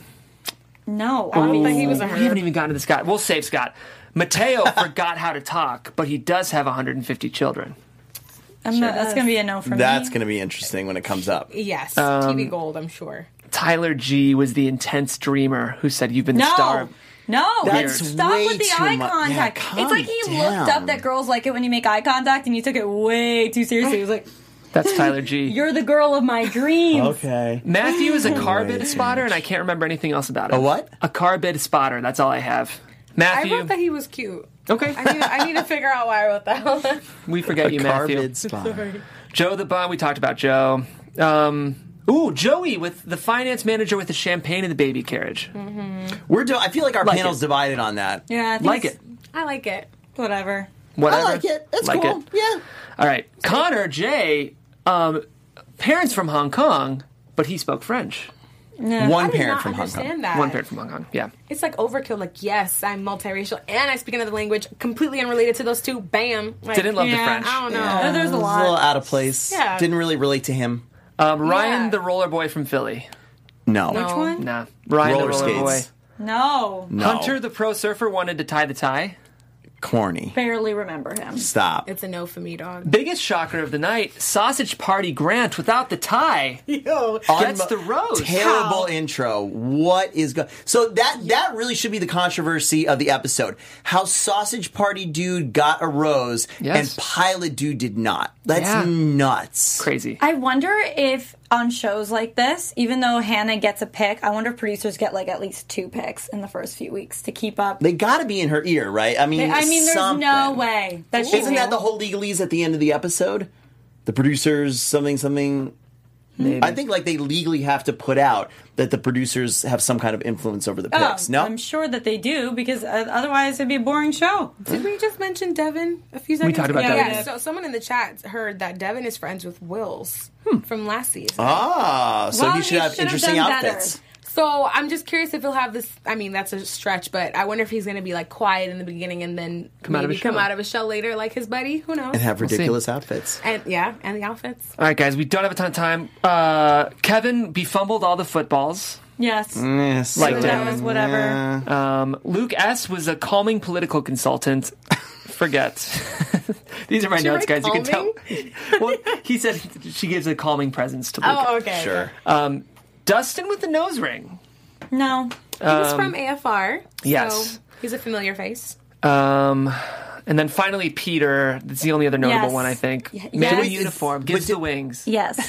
Speaker 5: No.
Speaker 4: I
Speaker 5: obviously.
Speaker 4: thought he was a
Speaker 1: We haven't
Speaker 4: herb.
Speaker 1: even gotten to the Scott. We'll save Scott. Mateo forgot how to talk, but he does have 150 children.
Speaker 5: I'm not- that's going to be a no for
Speaker 3: That's
Speaker 5: me.
Speaker 3: going to be interesting when it comes up.
Speaker 4: Yes.
Speaker 3: Um,
Speaker 4: TV Gold, I'm sure.
Speaker 1: Tyler G was the intense dreamer who said, "You've been the
Speaker 5: No.
Speaker 1: star."
Speaker 5: No,
Speaker 3: That's
Speaker 5: stop
Speaker 3: way
Speaker 5: with the
Speaker 3: too
Speaker 5: eye
Speaker 3: much. Yeah,
Speaker 5: contact.
Speaker 3: calm
Speaker 5: it's like he
Speaker 3: down.
Speaker 5: looked up that girls like it when you make eye contact, and he took it way too seriously. He was like,
Speaker 1: That's Tyler G.
Speaker 5: "You're the girl of my dreams."
Speaker 3: Okay.
Speaker 1: Matthew is a car bid
Speaker 3: Wait.
Speaker 1: spotter, and I can't remember anything else about it.
Speaker 3: A what?
Speaker 1: A car bid spotter. That's all I have.
Speaker 4: I
Speaker 1: Matthew.
Speaker 4: wrote that he was cute.
Speaker 1: okay.
Speaker 4: I need, I need to figure out why I wrote that.
Speaker 1: we forget you, Matthew.
Speaker 3: Carbid spot.
Speaker 1: Joe the Bond. We talked about Joe. Um, ooh, Joey with the finance manager with the champagne and the baby carriage.
Speaker 4: Mm-hmm.
Speaker 3: We're do- I feel like our
Speaker 1: Like
Speaker 3: panel's
Speaker 1: it.
Speaker 3: divided on that.
Speaker 5: Yeah, I think
Speaker 1: Like
Speaker 5: it's-
Speaker 1: it.
Speaker 4: I like it.
Speaker 5: Whatever.
Speaker 1: Whatever.
Speaker 3: I like it. That's
Speaker 1: Like
Speaker 3: cool.
Speaker 1: it.
Speaker 3: Yeah.
Speaker 1: All right. Connor J. Um, parents from Hong Kong, but he spoke French.
Speaker 3: One
Speaker 4: I did
Speaker 3: parent
Speaker 4: not
Speaker 3: from Hong
Speaker 4: understand
Speaker 3: Kong.
Speaker 4: that.
Speaker 1: One parent from Hong Kong. Yeah.
Speaker 4: It's like overkill. Like, yes, I'm multiracial and I speak another language completely unrelated to those two. Bam. Like,
Speaker 1: Didn't love the
Speaker 5: Yeah.
Speaker 1: French.
Speaker 4: I don't know.
Speaker 5: Oh, there's
Speaker 3: A
Speaker 5: a
Speaker 3: little
Speaker 5: lot.
Speaker 3: out of place.
Speaker 4: Yeah.
Speaker 3: Didn't really relate to him.
Speaker 1: Um, Ryan
Speaker 4: Yeah.
Speaker 1: the roller boy from Philly.
Speaker 3: No.
Speaker 5: Which one?
Speaker 1: Nah. Ryan
Speaker 3: Roller
Speaker 1: the roller
Speaker 3: skates.
Speaker 1: boy.
Speaker 5: No.
Speaker 3: No.
Speaker 1: Hunter the pro surfer wanted to tie the tie.
Speaker 3: corny.
Speaker 5: Barely remember him.
Speaker 3: Stop.
Speaker 4: It's a no for me, dog.
Speaker 1: Biggest shocker of the night: Sausage Party Grant without the tie gets
Speaker 3: Unbe-
Speaker 1: the rose.
Speaker 3: Terrible intro. What is going? So that that really should be the controversy of the episode. How sausage party dude got a rose
Speaker 1: Yes.
Speaker 3: and pilot dude did not. That's
Speaker 1: Yeah.
Speaker 3: nuts.
Speaker 1: Crazy.
Speaker 5: I wonder if on shows like this, even though Hannah gets a pick, I wonder if producers get like at least two picks in the first few weeks to keep up.
Speaker 3: They got to be in her ear, right? I mean,
Speaker 5: I mean, there's no
Speaker 3: something.
Speaker 5: way that she
Speaker 3: Isn't that the whole legalese at the end of the episode? The producers, something, something. I think like they legally have to put out that the producers have some kind of influence over the
Speaker 5: Oh,
Speaker 3: picks. no,
Speaker 5: I'm sure that they do because uh, otherwise it'd be a boring show.
Speaker 4: Did we just mention Devin a few seconds
Speaker 1: talked about
Speaker 4: ago?
Speaker 5: Devin.
Speaker 4: Yeah, so someone in the chat heard that Devin is friends with Wills
Speaker 1: Hmm.
Speaker 4: from last season.
Speaker 3: Ah, so
Speaker 5: Well,
Speaker 3: he should have
Speaker 5: should've
Speaker 3: interesting
Speaker 5: done
Speaker 3: outfits.
Speaker 5: Better.
Speaker 4: So I'm just curious if he'll have this. I mean, that's a stretch, but I wonder if he's going to be like quiet in the beginning and then
Speaker 1: Come out of
Speaker 4: maybe
Speaker 1: his
Speaker 4: come
Speaker 1: shell.
Speaker 4: out of a shell later, like his buddy. Who knows?
Speaker 3: And have
Speaker 1: see.
Speaker 3: ridiculous outfits.
Speaker 4: and yeah, and the outfits.
Speaker 1: All right, guys, we don't have a ton of time. Uh, Kevin befumbled all the footballs.
Speaker 5: Yes.
Speaker 3: Yes.
Speaker 1: Like
Speaker 5: So
Speaker 1: that.
Speaker 5: that was whatever.
Speaker 1: Um, Luke S was a calming political consultant. Forget. These are my
Speaker 4: you
Speaker 1: notes,
Speaker 4: write
Speaker 1: guys. You can tell. well, he said she gives a calming presence to Luke.
Speaker 4: Oh, okay.
Speaker 3: Sure. Uh,
Speaker 1: Dustin with the nose ring.
Speaker 5: No.
Speaker 4: He's from AFR.
Speaker 1: Um, yes.
Speaker 4: So he's a familiar face.
Speaker 1: Um, and then finally Peter. That's the only other notable
Speaker 5: Yes.
Speaker 1: one I think.
Speaker 5: Ye-
Speaker 1: Man
Speaker 5: yes.
Speaker 1: in uniform gives the wings.
Speaker 5: Yes.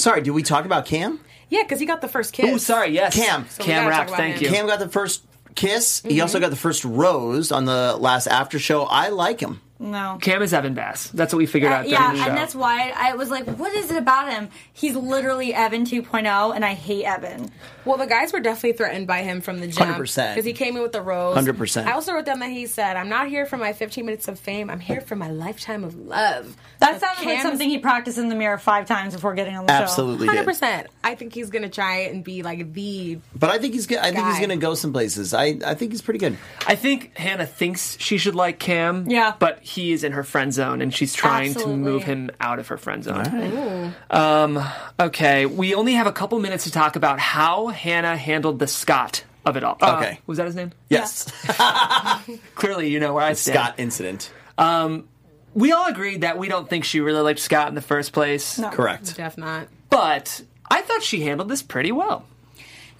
Speaker 3: Sorry, did we talk about Cam?
Speaker 4: Yeah, because he got the first kiss.
Speaker 1: Oh, sorry. Yes,
Speaker 3: Cam. So
Speaker 4: we
Speaker 1: Cam
Speaker 4: gotta talk
Speaker 1: Rapp.
Speaker 4: about
Speaker 1: Thank
Speaker 4: him.
Speaker 1: you.
Speaker 3: Cam got the first kiss.
Speaker 5: Mm-hmm.
Speaker 3: He also got the first rose on the last after show. I like him.
Speaker 5: no.
Speaker 1: Cam is Evan Bass. That's what we figured out.
Speaker 5: yeah,
Speaker 1: during the show.
Speaker 5: and that's why I was like, what is it about him? He's literally Evan 2.0, and I hate Evan.
Speaker 4: Well, the guys were definitely threatened by him from the jump.
Speaker 3: 100%.
Speaker 4: Because he came in with the rose.
Speaker 3: 100%.
Speaker 4: I also wrote down that he said, I'm not here for my 15 minutes of fame. I'm here for my lifetime of love.
Speaker 5: That
Speaker 4: So
Speaker 5: sounds like
Speaker 4: Cam is-
Speaker 5: something he practiced in the mirror five times before getting on the
Speaker 3: Absolutely. did.
Speaker 4: 100%. I think he's going to try it and be like the.
Speaker 3: But I think he's good. I think he's
Speaker 4: Guy.
Speaker 3: going to go some places. I, I think he's pretty good.
Speaker 1: I think Hannah thinks she should like Cam.
Speaker 5: Yeah.
Speaker 1: But he is in her friend zone and she's trying
Speaker 5: Absolutely.
Speaker 1: to move him out of her friend zone. Um, okay. We only have a couple minutes to talk about how Hannah handled the Scott of it all. Uh,
Speaker 3: Okay.
Speaker 1: Was that his name?
Speaker 3: Yes.
Speaker 1: Clearly, you know where I stand.
Speaker 3: Scott incident.
Speaker 1: We all agreed that we don't think she really liked Scott in the first place.
Speaker 5: show. No.
Speaker 3: Correct.
Speaker 4: Def not.
Speaker 1: But I thought she handled this pretty well.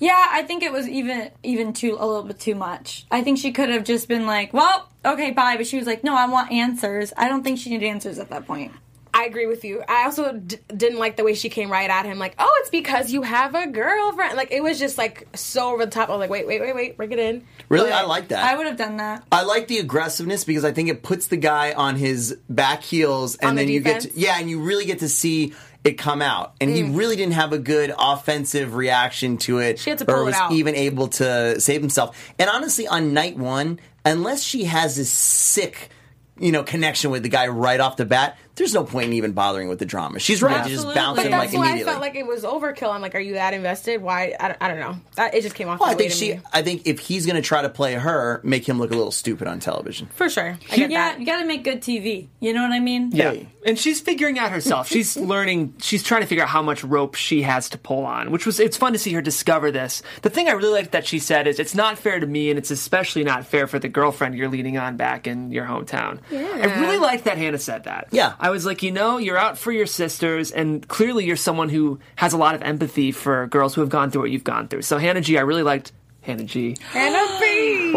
Speaker 5: Yeah, I think it was even even too a little bit too much. I think she could have just been like, "Well, okay, bye," but she was like, "No, I want answers." I don't think she needed answers at that point.
Speaker 4: I agree with you. I also d- didn't like the way she came right at him, like, oh, it's because you have a girlfriend. Like, it was just like so over the top. I was like, wait, wait, wait, wait, bring it in.
Speaker 3: Really, I like that.
Speaker 5: I would have done that.
Speaker 3: I like the aggressiveness because I think it puts the guy on his back heels, and
Speaker 4: On the
Speaker 3: then you get to,
Speaker 4: defense? Mm.
Speaker 3: yeah, and you really get to see it come out. And he really didn't have a good offensive reaction to it,
Speaker 4: She had to
Speaker 3: or
Speaker 4: pull it
Speaker 3: was
Speaker 4: out.
Speaker 3: even able to save himself. And honestly, on night one, unless she has this sick. You know, connection with the guy right off the bat. There's no point in even bothering with the drama. She's right to just
Speaker 5: Absolutely.
Speaker 3: bounce
Speaker 5: But
Speaker 3: him
Speaker 4: But
Speaker 5: And,
Speaker 3: like
Speaker 4: that's why I
Speaker 3: immediately.
Speaker 4: felt like it was overkill. I'm like, are you that invested? Why? I don't, I don't know. That, it just came off.
Speaker 3: well, I
Speaker 4: that way
Speaker 3: think
Speaker 4: to
Speaker 3: she.
Speaker 4: me.
Speaker 3: I think if he's going to try to play her, make him look a little stupid on television.
Speaker 4: for sure. I get
Speaker 5: Yeah,
Speaker 4: that.
Speaker 5: you got to make good TV. You know what I mean?
Speaker 1: Yeah. And she's figuring out herself. She's learning, she's trying to figure out how much rope she has to pull on, which was, it's fun to see her discover this. The thing I really liked that she said is, it's not fair to me, and it's especially not fair for the girlfriend you're leaning on back in your hometown. I really liked that Hannah said that.
Speaker 3: Yeah.
Speaker 1: I was like, you know, you're out for your sisters, and clearly you're someone who has a lot of empathy for girls who have gone through what you've gone through. So, Hannah G, I really liked Hannah G.
Speaker 4: And a B.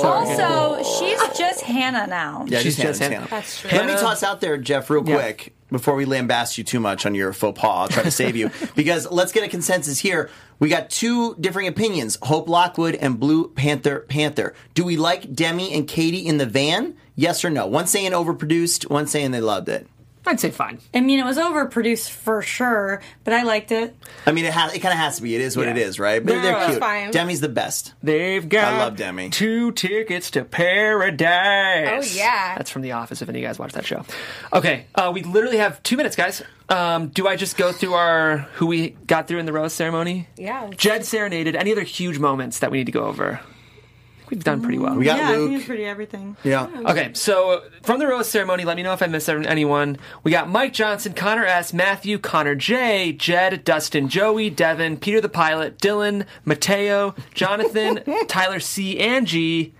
Speaker 1: Sorry, Hannah.
Speaker 5: Also, she's just Hannah now.
Speaker 3: Yeah,
Speaker 1: She's just
Speaker 3: just Hannah, just
Speaker 1: Hannah.
Speaker 3: Hannah.
Speaker 4: That's true.
Speaker 3: Let me
Speaker 1: Hannah-
Speaker 3: toss out there, Jeff, real
Speaker 1: Yeah.
Speaker 3: quick before we lambast you too much on your faux pas. I'll try to save you because let's get a consensus here. We got two differing opinions: Hope Lockwood and Blue Panther Panther. Do we like Demi and Katie in the van? Yes or no? One saying overproduced, one saying they loved it.
Speaker 1: I'd say fine.
Speaker 5: I mean, it was overproduced for sure, but I liked it.
Speaker 3: I mean, it, ha- it kind of has to be. It is what
Speaker 1: Yeah.
Speaker 3: it is, right? But
Speaker 1: Yeah,
Speaker 3: they're
Speaker 1: that's
Speaker 3: cute.
Speaker 4: fine.
Speaker 3: Demi's the best.
Speaker 1: They've got
Speaker 3: I love Demi.
Speaker 1: two tickets to paradise.
Speaker 4: Oh, yeah.
Speaker 1: That's from The Office if any of you guys watch that show. Okay, uh, we literally have two minutes, guys. Um, do I just go through our who we got through in the rose ceremony?
Speaker 4: Yeah.
Speaker 1: Jed serenaded. Any other huge moments that we need to go over? I think we've done pretty well.
Speaker 3: We got
Speaker 5: Yeah, I think
Speaker 3: Luke.
Speaker 5: it's pretty everything.
Speaker 3: yeah.
Speaker 1: Okay, so from the rose ceremony, let me know if I missed anyone. We got Mike Johnson, Connor S, Matthew, Connor J, Jed, Dustin, Joey, Devin, Peter the pilot, Dylan, Mateo, Jonathan, Tyler C, and G,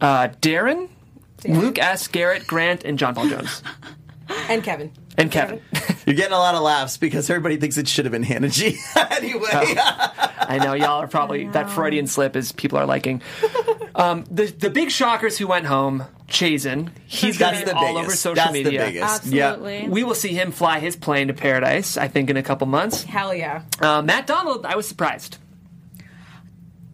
Speaker 1: uh, Darren, Luke S, Garrett, Grant, and John Paul Jones,
Speaker 4: And Kevin.
Speaker 1: and Kevin.
Speaker 3: You're getting a lot of laughs because everybody thinks it should have been Hannah G. anyway.
Speaker 1: Oh, I know y'all are probably that Freudian slip is people are liking. Um, the the big shockers who went home: Chazen. He's got
Speaker 3: That's
Speaker 1: to be
Speaker 3: the
Speaker 1: all
Speaker 3: biggest.
Speaker 1: over social
Speaker 3: That's the
Speaker 1: media.
Speaker 3: biggest.
Speaker 5: Absolutely.
Speaker 1: We will see him fly his plane to paradise, I think, in a couple months.
Speaker 4: Hell yeah.
Speaker 1: Uh, Matt Donald, I was surprised.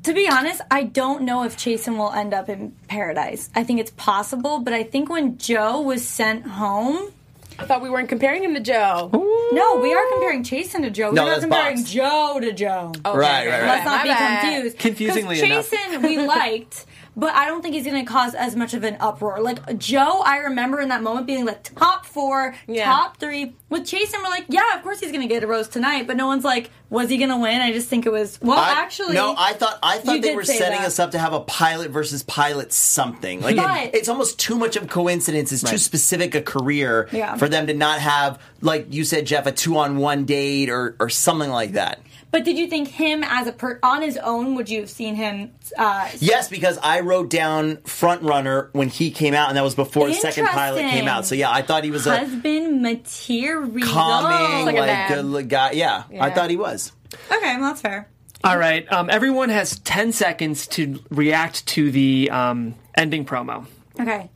Speaker 5: To be honest, I don't know if Chasen will end up in paradise. I think it's possible, but I think when Joe was sent home,
Speaker 4: I thought we weren't comparing him to Joe.
Speaker 5: no, we are comparing Chasen to Joe.
Speaker 3: No,
Speaker 5: We're not
Speaker 3: that's
Speaker 5: comparing
Speaker 3: boxed.
Speaker 5: Joe to Joe.
Speaker 4: Okay,
Speaker 3: Right,
Speaker 4: okay,
Speaker 3: right, right.
Speaker 5: Let's not
Speaker 4: My
Speaker 5: be
Speaker 4: bad.
Speaker 5: confused. 'Cause
Speaker 1: Confusingly enough.
Speaker 5: Chasen, we liked, but I don't think he's going to cause as much of an uproar. Like Joe, I remember in that moment being like top four,
Speaker 4: Yeah.
Speaker 5: top three. With Chasen, we're like, yeah, of course he's going to get a rose tonight, but no one's like, was he going to win? I just think it was. Well,
Speaker 3: I-
Speaker 5: actually,
Speaker 3: no. I thought I
Speaker 5: you
Speaker 3: thought they
Speaker 5: did
Speaker 3: were
Speaker 5: say
Speaker 3: setting
Speaker 5: that.
Speaker 3: us up to have a pilot versus pilot something. Like it-
Speaker 5: But-
Speaker 3: it's almost too much of coincidence. It's too
Speaker 1: Right.
Speaker 3: specific a career
Speaker 5: Yeah.
Speaker 3: for them to not have, like you said, Jeff, a two on one date or or something like that.
Speaker 5: But did you think him as a per- on his own? Would you have seen him? Uh,
Speaker 3: Yes, because I wrote down front runner when he came out, and that was before the second pilot came
Speaker 5: Interesting.
Speaker 3: out. So yeah, I thought he was a
Speaker 5: husband material. "Oh,
Speaker 3: calming,
Speaker 4: Like a
Speaker 3: like
Speaker 4: dad.
Speaker 3: good look guy. Yeah, I
Speaker 4: Yeah.
Speaker 3: thought he was.
Speaker 5: Okay, well, that's fair.
Speaker 1: All right. Um, everyone has 10 seconds to react to the um, ending promo.
Speaker 5: Okay.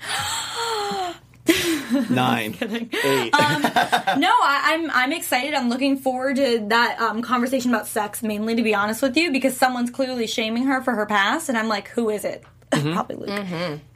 Speaker 3: Nine, eight.
Speaker 5: No, I, I'm I'm excited. I'm looking forward to that um, conversation about sex, mainly to be honest with you, because someone's clearly shaming her for her past, and I'm like, who is it? Probably Luke.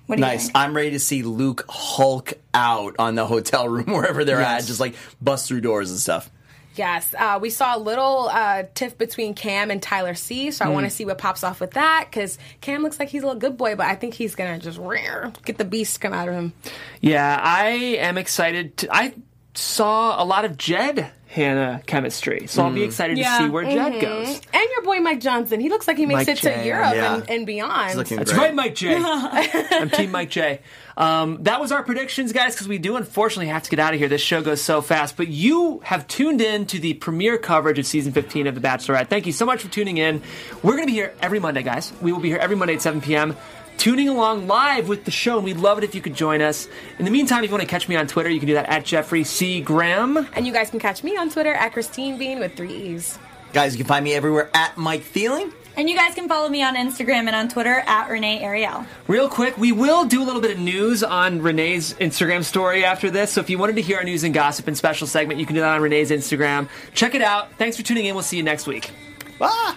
Speaker 5: What do you
Speaker 3: Nice.
Speaker 5: think?
Speaker 3: I'm ready to see Luke Hulk out on the hotel room wherever they're at, just like bust through doors and stuff.
Speaker 4: Yes, uh, we saw a little uh, tiff between Cam and Tyler C. So I
Speaker 3: Hmm.
Speaker 4: want to see what pops off with that because Cam looks like he's a little good boy, but I think he's gonna just rear, get the beast to come out of him.
Speaker 1: Yeah, I am excited. To, I saw a lot of Jed Hannah chemistry, so I'll be excited
Speaker 5: Yeah.
Speaker 1: to see where Jed goes.
Speaker 4: And your boy Mike Johnson, he looks like he makes
Speaker 1: Mike
Speaker 4: it
Speaker 1: J,
Speaker 4: to Europe
Speaker 3: yeah.
Speaker 4: and, and beyond.
Speaker 3: It's looking
Speaker 1: That's
Speaker 3: great.
Speaker 1: right, Mike J. I'm Team Mike J. Um, that was our predictions, guys, because we do unfortunately have to get out of here. This show goes so fast. But you have tuned in to the premiere coverage of season 15 of The Bachelorette. Thank you so much for tuning in. We're going to be here every Monday, guys. We will be here every Monday at 7 p.m. Tuning along live with the show, and we'd love it if you could join us. In the meantime, if you want to catch me on Twitter, you can do that at Jeffrey C. Graham.
Speaker 4: and you guys can catch me on Twitter at Christine Bean with three E's.
Speaker 3: Guys, you can find me everywhere at Mike Feeling.
Speaker 5: And you guys can follow me on Instagram and on Twitter at Renee Ariel.
Speaker 1: Real quick, we will do a little bit of news on Renee's Instagram story after this. So if you wanted to hear our news and gossip and special segment, you can do that on Renee's Instagram. Check it out. Thanks for tuning in. We'll see you next week.
Speaker 3: Ah!